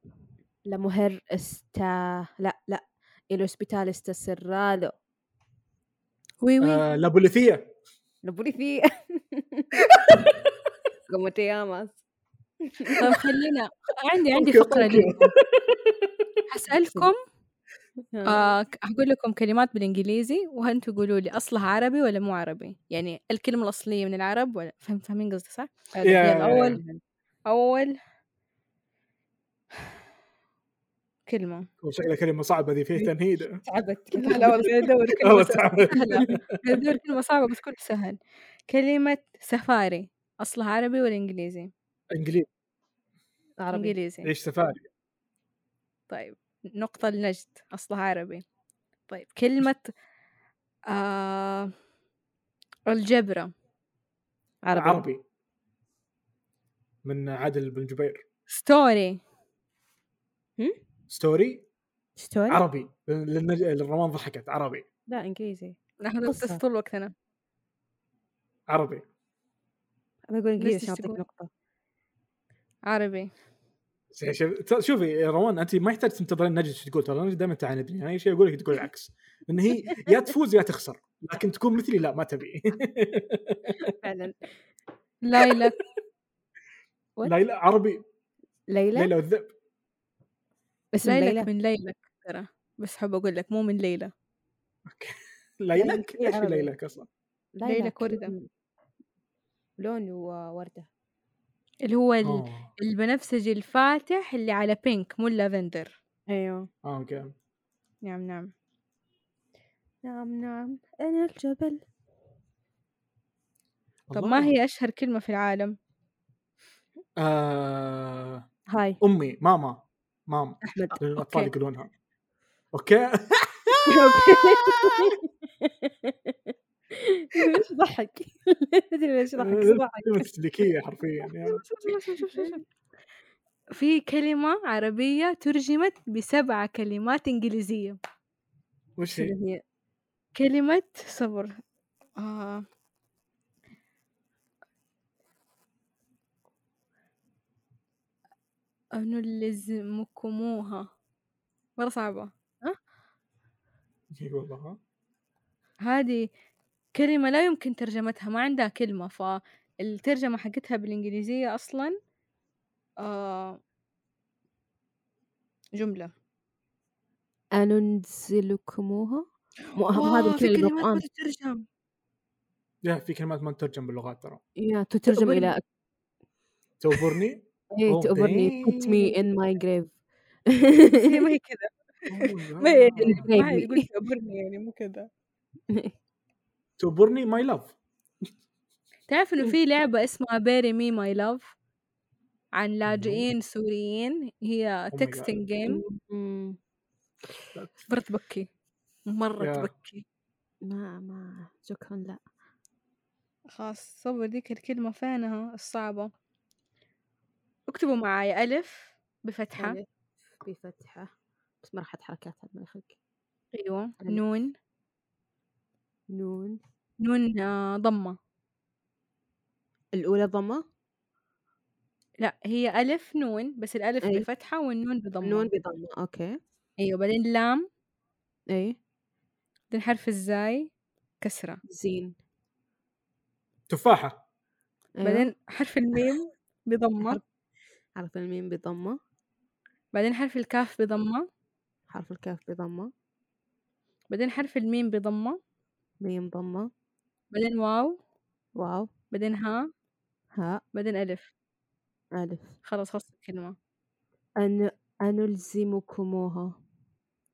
Speaker 2: لا مهر استا لا لا الوسبيتال استا سرالو
Speaker 1: وي
Speaker 2: إيوه.
Speaker 1: وي
Speaker 3: آه، لابوليثيه
Speaker 2: نبولي في كوموتياماس
Speaker 1: طيب خلينا عندي عندي
Speaker 3: أوكي،
Speaker 1: فقرة
Speaker 3: أوكي.
Speaker 1: لكم حسألكم آه ك- هقول لكم كلمات بالانجليزي وانتوا قولوا لي اصلها عربي ولا مو عربي يعني الكلمه الاصليه من العرب ولا فهم فاهمين قصدي صح طيب،
Speaker 2: حلو.
Speaker 3: يا-
Speaker 1: يلا، أول- اول كلمه
Speaker 3: وشكلها كلمه صعبه ذي فيه تنهيد
Speaker 2: تعبت كنت
Speaker 1: لا والله قاعد ادور كلمه
Speaker 3: والله
Speaker 1: سهلة.
Speaker 3: تعبت.
Speaker 1: قاعد ادور كلمه صعبه بس كله سهل كلمه سفاري اصلها عربي ولا انجليزي
Speaker 3: انجليزي
Speaker 2: عربي
Speaker 1: انجليزي
Speaker 3: ايش سفاري
Speaker 1: طيب نقطة لنجد أصلها عربي طيب كلمة آه الجبرة
Speaker 2: عربي
Speaker 3: عربي من عادل بن جبير
Speaker 1: ستوري
Speaker 3: ستوري
Speaker 2: ستوري
Speaker 1: أيوة.
Speaker 3: عربي لأن- لأن الروان ضحكت عربي
Speaker 2: لا انجليزي
Speaker 1: نحن
Speaker 2: قصة.
Speaker 1: نقص طول وقتنا
Speaker 3: عربي
Speaker 2: بقول انجليزي
Speaker 1: ليش
Speaker 2: عشان اعطيك
Speaker 1: تقول؟
Speaker 2: نقطة
Speaker 1: عربي
Speaker 3: صحيح، شوف- ت- شوفي يا روان انت ما يحتاج تنتظرين نجد شو تقول ترى نجد دائما تعاندني انا اي شيء اقول لك تقول العكس ان هي يا تفوز يا تخسر لكن تكون مثلي لا ما تبي
Speaker 2: فعلا
Speaker 1: ليلى
Speaker 2: What?
Speaker 3: ليلى عربي
Speaker 2: ليلى
Speaker 3: ليلى والذئب
Speaker 2: اسم
Speaker 1: ليلى
Speaker 2: ليلى
Speaker 1: من ليلى ترى بس حب أقول لك مو من ليلى
Speaker 3: ليلك ايش في
Speaker 2: عربي.
Speaker 3: ليلك اصلا؟
Speaker 1: ليلك وردة.
Speaker 2: كلهم لون ووردة
Speaker 1: اللي هو ال-
Speaker 2: آه.
Speaker 3: اه
Speaker 1: البنفسجي الفاتح اللي على بينك مو اللافندر أيوه.
Speaker 2: ايوه
Speaker 3: آه، اوكي
Speaker 1: نعم نعم
Speaker 2: نعم نعم انا الجبل
Speaker 1: طب ما
Speaker 3: والله.
Speaker 1: هي أشهر كلمة في العالم
Speaker 3: آه،
Speaker 2: هاي
Speaker 3: امي ماما ماما
Speaker 2: احمد
Speaker 3: لأن الاطفال
Speaker 1: أوكي.
Speaker 3: يقولونها اوكي
Speaker 2: ليش ضحك؟ مدري ليش ضحك بس ضحك
Speaker 3: كلمه تسليكيه حرفيا يا.
Speaker 1: في كلمة عربية ترجمت بسبعة كلمات إنجليزية
Speaker 3: وش
Speaker 1: إيه.
Speaker 3: هي؟
Speaker 2: اللي هي
Speaker 1: كلمة صبر آه. أنو لزمكموها مرة صعبة
Speaker 3: اي والله ها؟
Speaker 1: هذه كلمة لا يمكن ترجمتها ما عندها كلمة فالترجمة حقتها بالإنجليزية أصلا آه. جملة
Speaker 2: أننزلكموها مو أه، مو هذه
Speaker 1: واو، في
Speaker 2: الكلمة
Speaker 1: كلمات ما
Speaker 2: بالقرآن
Speaker 1: تترجم
Speaker 3: يا في كلمات ما تترجم باللغات ترى
Speaker 2: يا تترجم
Speaker 1: تؤبرني.
Speaker 2: إلى
Speaker 3: توبرني
Speaker 2: إيه
Speaker 3: Oh,
Speaker 2: تؤبرني put me in my grave
Speaker 1: هي ما هي كذا ما هي يعني ما هي
Speaker 2: Maybe.
Speaker 1: تقول تقبرني يعني مو كذا
Speaker 3: توبرني ماي لاف
Speaker 1: تعرف
Speaker 2: إيه.
Speaker 1: انه في لعبة اسمها بيري مي ماي لاف عن لاجئين سوريين هي
Speaker 3: Oh my God.
Speaker 1: تكستنج جيم
Speaker 2: أمم،
Speaker 1: مرة تبكي مرة
Speaker 3: Yeah.
Speaker 1: تبكي
Speaker 2: ما ما شكرا لا
Speaker 1: خلاص صبر ذيك الكلمة فينها الصعبة اكتبوا معاي ألف بفتحة
Speaker 2: ألف بفتحة بس ما راح حركات على مخك
Speaker 1: أيوة
Speaker 2: ألف.
Speaker 1: نون
Speaker 2: نون
Speaker 1: نون آه، ضمة
Speaker 2: الأولى ضمة
Speaker 1: لا هي ألف نون بس الألف
Speaker 2: أي.
Speaker 1: بفتحة والنون بضمة
Speaker 2: أيوة. نون بضمة أوكي
Speaker 1: أيوة بعدين لام
Speaker 2: إيه
Speaker 1: بعدين حرف الزاي كسرة
Speaker 2: زين
Speaker 3: تفاحه
Speaker 2: أيوة.
Speaker 1: بعدين حرف الميم بضمة
Speaker 2: حرف- حرف الميم بضمة
Speaker 1: بعدين حرف الكاف بضمة
Speaker 2: حرف الكاف بضمة
Speaker 1: بعدين حرف الميم بضمة
Speaker 2: ميم ضمة
Speaker 1: بعدين واو
Speaker 2: واو
Speaker 1: بعدين ها
Speaker 2: هاء
Speaker 1: بعدين ألف
Speaker 2: ألف
Speaker 1: خلاص خلصت الكلمة
Speaker 2: أن أنلزمكموها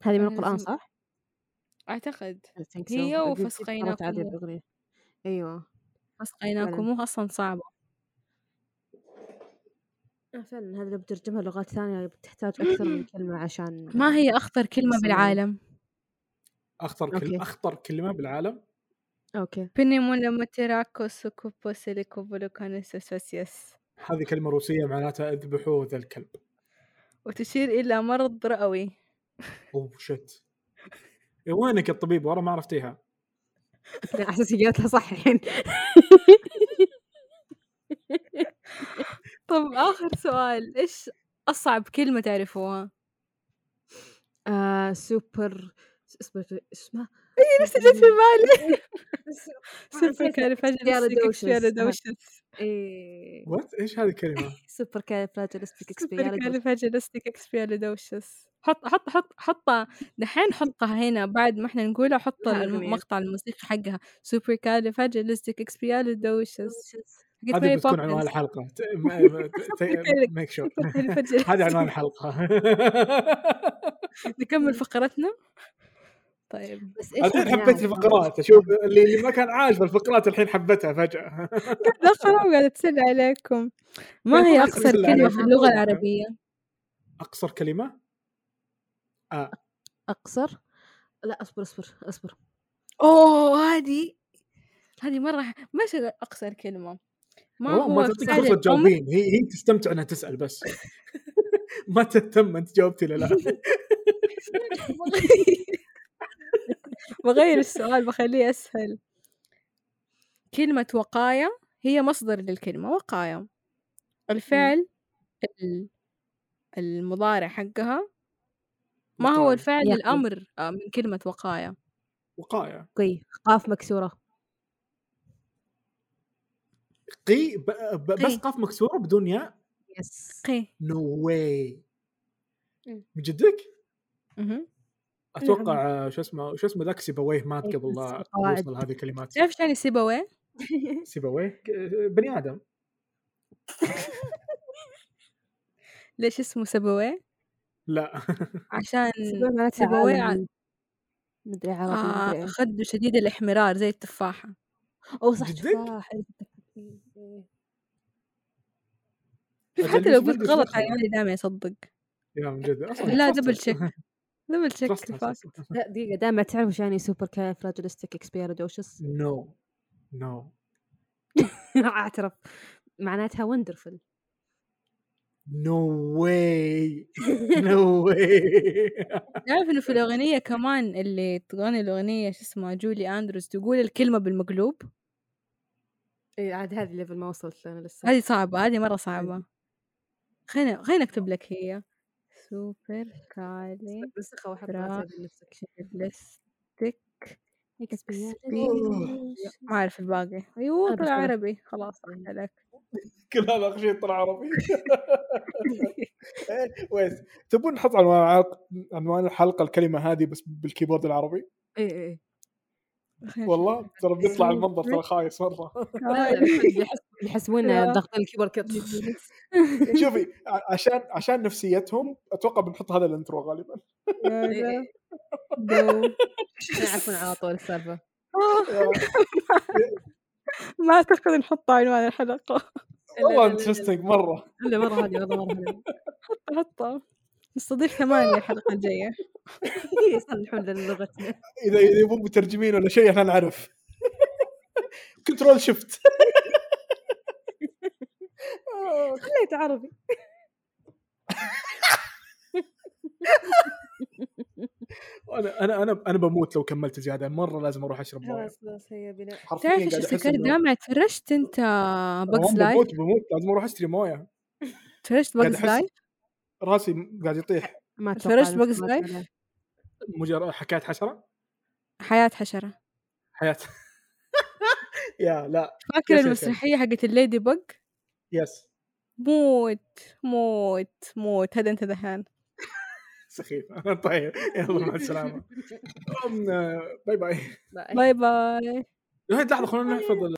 Speaker 2: هذه من القرآن
Speaker 1: أنلزم-
Speaker 2: صح؟
Speaker 1: أعتقد
Speaker 2: I think so.
Speaker 1: هي
Speaker 2: أقول كيف
Speaker 1: وفسقيناكم.
Speaker 2: قرأت هذه الأغنية أيوة
Speaker 1: بس قيناكموها أصلا صعبة
Speaker 2: آه، فعلا هذا لو بترجمها لغات ثانية بتحتاج أكثر من كلمة عشان
Speaker 1: ما هي أخطر كلمة
Speaker 2: بس-
Speaker 1: بالعالم
Speaker 3: اخطر
Speaker 2: أوكي.
Speaker 3: كلمه اخطر كلمه بالعالم
Speaker 2: أوكي
Speaker 1: بينيمولا متراكو سكوبو سيليكوبولو كانسوسيس
Speaker 3: هذه كلمه روسيه معناتها اذبحوا ذا الكلب
Speaker 1: وتشير إلى مرض رئوي
Speaker 3: اوه شت إيه وينك يا الطبيب ورا ما عرفتيها
Speaker 2: كذا على أساس هي قالتها صح الحين
Speaker 1: طب آخر سؤال إيش أصعب كلمة تعرفوها؟
Speaker 2: آه، سوبر اصبر اسمها إيه،
Speaker 1: نفس اللي في بالي سوبر
Speaker 2: نسيت. Supercalifragilisticexpialidocious.
Speaker 1: كاليفاجيلوسيكس
Speaker 2: إيه
Speaker 3: وات ايش هذه الكلمه؟
Speaker 2: سوبر كاليفراجيلستيك
Speaker 1: سوبر كاليفاجيلوسيكس حط حط حط حطها دحين حطها هنا بعد ما احنا نقولها حط
Speaker 6: لا، أغنية.
Speaker 1: المقطع الموسيقي حقها سوبر كاليفاجيلستيك اكسبياليدوشس حقت
Speaker 3: هذه
Speaker 1: ماري
Speaker 3: بتكون عنوان
Speaker 1: بوبكنز
Speaker 3: الحلقه
Speaker 1: لك.
Speaker 3: ميك شور
Speaker 1: Califragilistic.
Speaker 3: هذا عنوان الحلقه
Speaker 1: نكمل فقرتنا طيب
Speaker 2: بس يعني.
Speaker 3: الحين
Speaker 2: أغنية
Speaker 3: حبيت
Speaker 2: عربية؟
Speaker 3: الفقرات اشوف اللي اللي ما كان عاجبه الفقرات الحين حبتها فجاه
Speaker 1: دخلوا وقاعدة تسل عليكم ما هي أقصر
Speaker 3: تسل
Speaker 1: كلمة
Speaker 3: عليكم.
Speaker 1: في اللغة العربية؟
Speaker 3: اقصر كلمه
Speaker 2: أقصر لا أصبر أصبر أصبر
Speaker 1: أوه هذه هذه مرة ح- ما شغل أقصر كلمة ما
Speaker 3: والله
Speaker 1: هو
Speaker 3: ما تعطيك
Speaker 1: فعل
Speaker 3: فرصه
Speaker 1: الأم-
Speaker 3: تجاوبين هي هي تستمتع انها تسال بس ما تهتم انت جاوبتي ولا لا
Speaker 1: بغير السؤال بخليه أسهل كلمة وقاية هي مصدر للكلمة وقاية الفعل ال- المضارع حقها ما هو
Speaker 3: وقاية.
Speaker 1: الفعل
Speaker 2: يقي.
Speaker 1: الأمر آه، من كلمة وقاية
Speaker 3: وقايه
Speaker 2: قي قاف مكسورة
Speaker 3: قي ب... ب...
Speaker 1: قي.
Speaker 3: بس قاف مكسوره بدون ياء
Speaker 2: يس
Speaker 1: قي
Speaker 3: نو واي
Speaker 6: مم.
Speaker 3: من جدك؟
Speaker 1: مهم.
Speaker 3: اتوقع
Speaker 1: نعم.
Speaker 3: آه، شو اسمه شو اسمه ذاك سيبويه مات
Speaker 1: إيه،
Speaker 2: أي،
Speaker 3: قبل لا
Speaker 2: السيبويه.
Speaker 3: يوصل هذه الكلمات
Speaker 1: تعرف شو يعني سيبويه؟
Speaker 3: سيبويه ك- بني ادم
Speaker 1: ليش اسمه سيبويه؟
Speaker 3: لا
Speaker 1: عشان
Speaker 2: سيبويه معناتها
Speaker 1: سيبويه
Speaker 2: عالم
Speaker 1: عن-
Speaker 2: إمم، مدري عربي مدري إيه.
Speaker 1: آه،
Speaker 2: إيش.
Speaker 1: خده شديد الاحمرار زي التفاحة
Speaker 2: أو صح
Speaker 3: جدك؟
Speaker 2: تفاح
Speaker 1: شوف
Speaker 3: أجل،
Speaker 1: حتى لو
Speaker 3: ليش ما
Speaker 1: قلت
Speaker 3: قلت
Speaker 1: غلط
Speaker 3: لفظ؟
Speaker 1: عيالي دائما يصدق
Speaker 3: يا من جد اصلا
Speaker 1: لا
Speaker 3: trust
Speaker 1: دبل
Speaker 3: us.
Speaker 1: تشيك دبل تشيك
Speaker 3: trust us
Speaker 1: فاكت
Speaker 3: أصلاً.
Speaker 2: لا دقيقة دائما تعرف وش يعني سوبر كاليفراجيلستيك اكسبيرادوشس
Speaker 3: نو نو
Speaker 2: اعترف معناتها وندرفل
Speaker 3: نو واي نو واي
Speaker 1: تعرف انه في الاغنية كمان اللي تغني الاغنية شو اسمها جولي اندروز تقول الكلمة بالمقلوب
Speaker 2: اي إيه، عاد هذه ليفل ما وصلت لنا لسه
Speaker 1: هذه صعبة هذه
Speaker 3: أيوة.
Speaker 1: مرة صعبة خلينا خلينا
Speaker 3: آه.
Speaker 1: اكتب لك هي سوبر كالي
Speaker 2: نسخة
Speaker 1: برا-
Speaker 2: واحدة لنفسك
Speaker 1: شيبلستيك
Speaker 2: إيه، Experience.
Speaker 1: ما اعرف الباقي ايوه
Speaker 2: أنا
Speaker 1: طلع
Speaker 2: بسألك.
Speaker 1: عربي خلاص راحت
Speaker 3: أيوة.
Speaker 1: عليك
Speaker 3: كل هذا اخر شيء طلع عربي إيه، ويس تبون نحط عنوان الحلقه عنوان الحلقه الكلمه هذه بس بالكيبورد العربي
Speaker 2: اي اي
Speaker 1: خلينا
Speaker 3: والله ترى بيطلع المنظر ترى خايس مره
Speaker 1: آه،
Speaker 2: آه، يحسبون الضغط الكبر كذا طيب،
Speaker 3: شوفي ع- عشان عشان نفسيتهم اتوقع بنحط هذا الانترو غالبا
Speaker 1: هذا دو.
Speaker 2: يعرفون على طول السالفة
Speaker 1: ما اعتقد نحط عنوان الحلقة
Speaker 3: والله انترستنج مره
Speaker 2: الا مرة هذه والله مرة هذه
Speaker 1: حطه نستضيف ثمانية الحلقة الجاية
Speaker 2: يصلحون لنا لغتنا
Speaker 3: اذا اذا يبون مترجمين ولا شيء احنا نعرف كنترول شفت
Speaker 2: خليت عربي
Speaker 3: انا انا انا انا بموت لو كملت زياده مره لازم اروح اشرب مويه
Speaker 6: خلاص خلاص هي بناء
Speaker 3: حرفياً
Speaker 1: تعرف ايش
Speaker 3: قاعد أحس
Speaker 1: افتكرت
Speaker 3: إنه- آه،
Speaker 1: دامع تفرشت انت باكس
Speaker 3: والله
Speaker 1: لايف
Speaker 3: بموت بموت لازم اروح اشتري مويه
Speaker 1: تفرشت
Speaker 3: قاعد
Speaker 1: باكس
Speaker 3: أحس-
Speaker 1: لايف
Speaker 3: راسي م- قاعد يطيح
Speaker 2: ما
Speaker 1: تفرجت Bugs Life؟
Speaker 3: مجرد حكايه حشره
Speaker 1: حياة حشرة
Speaker 3: حياه يا لا يا
Speaker 1: فاكر
Speaker 3: ساتر.
Speaker 1: المسرحية حقت الليدي بق
Speaker 3: يس
Speaker 1: موت موت موت هذا انت دحين
Speaker 3: سخيف طيب يلا مع السلامه أم، باي باي
Speaker 1: باي باي
Speaker 3: لحظه خلونا نحفظ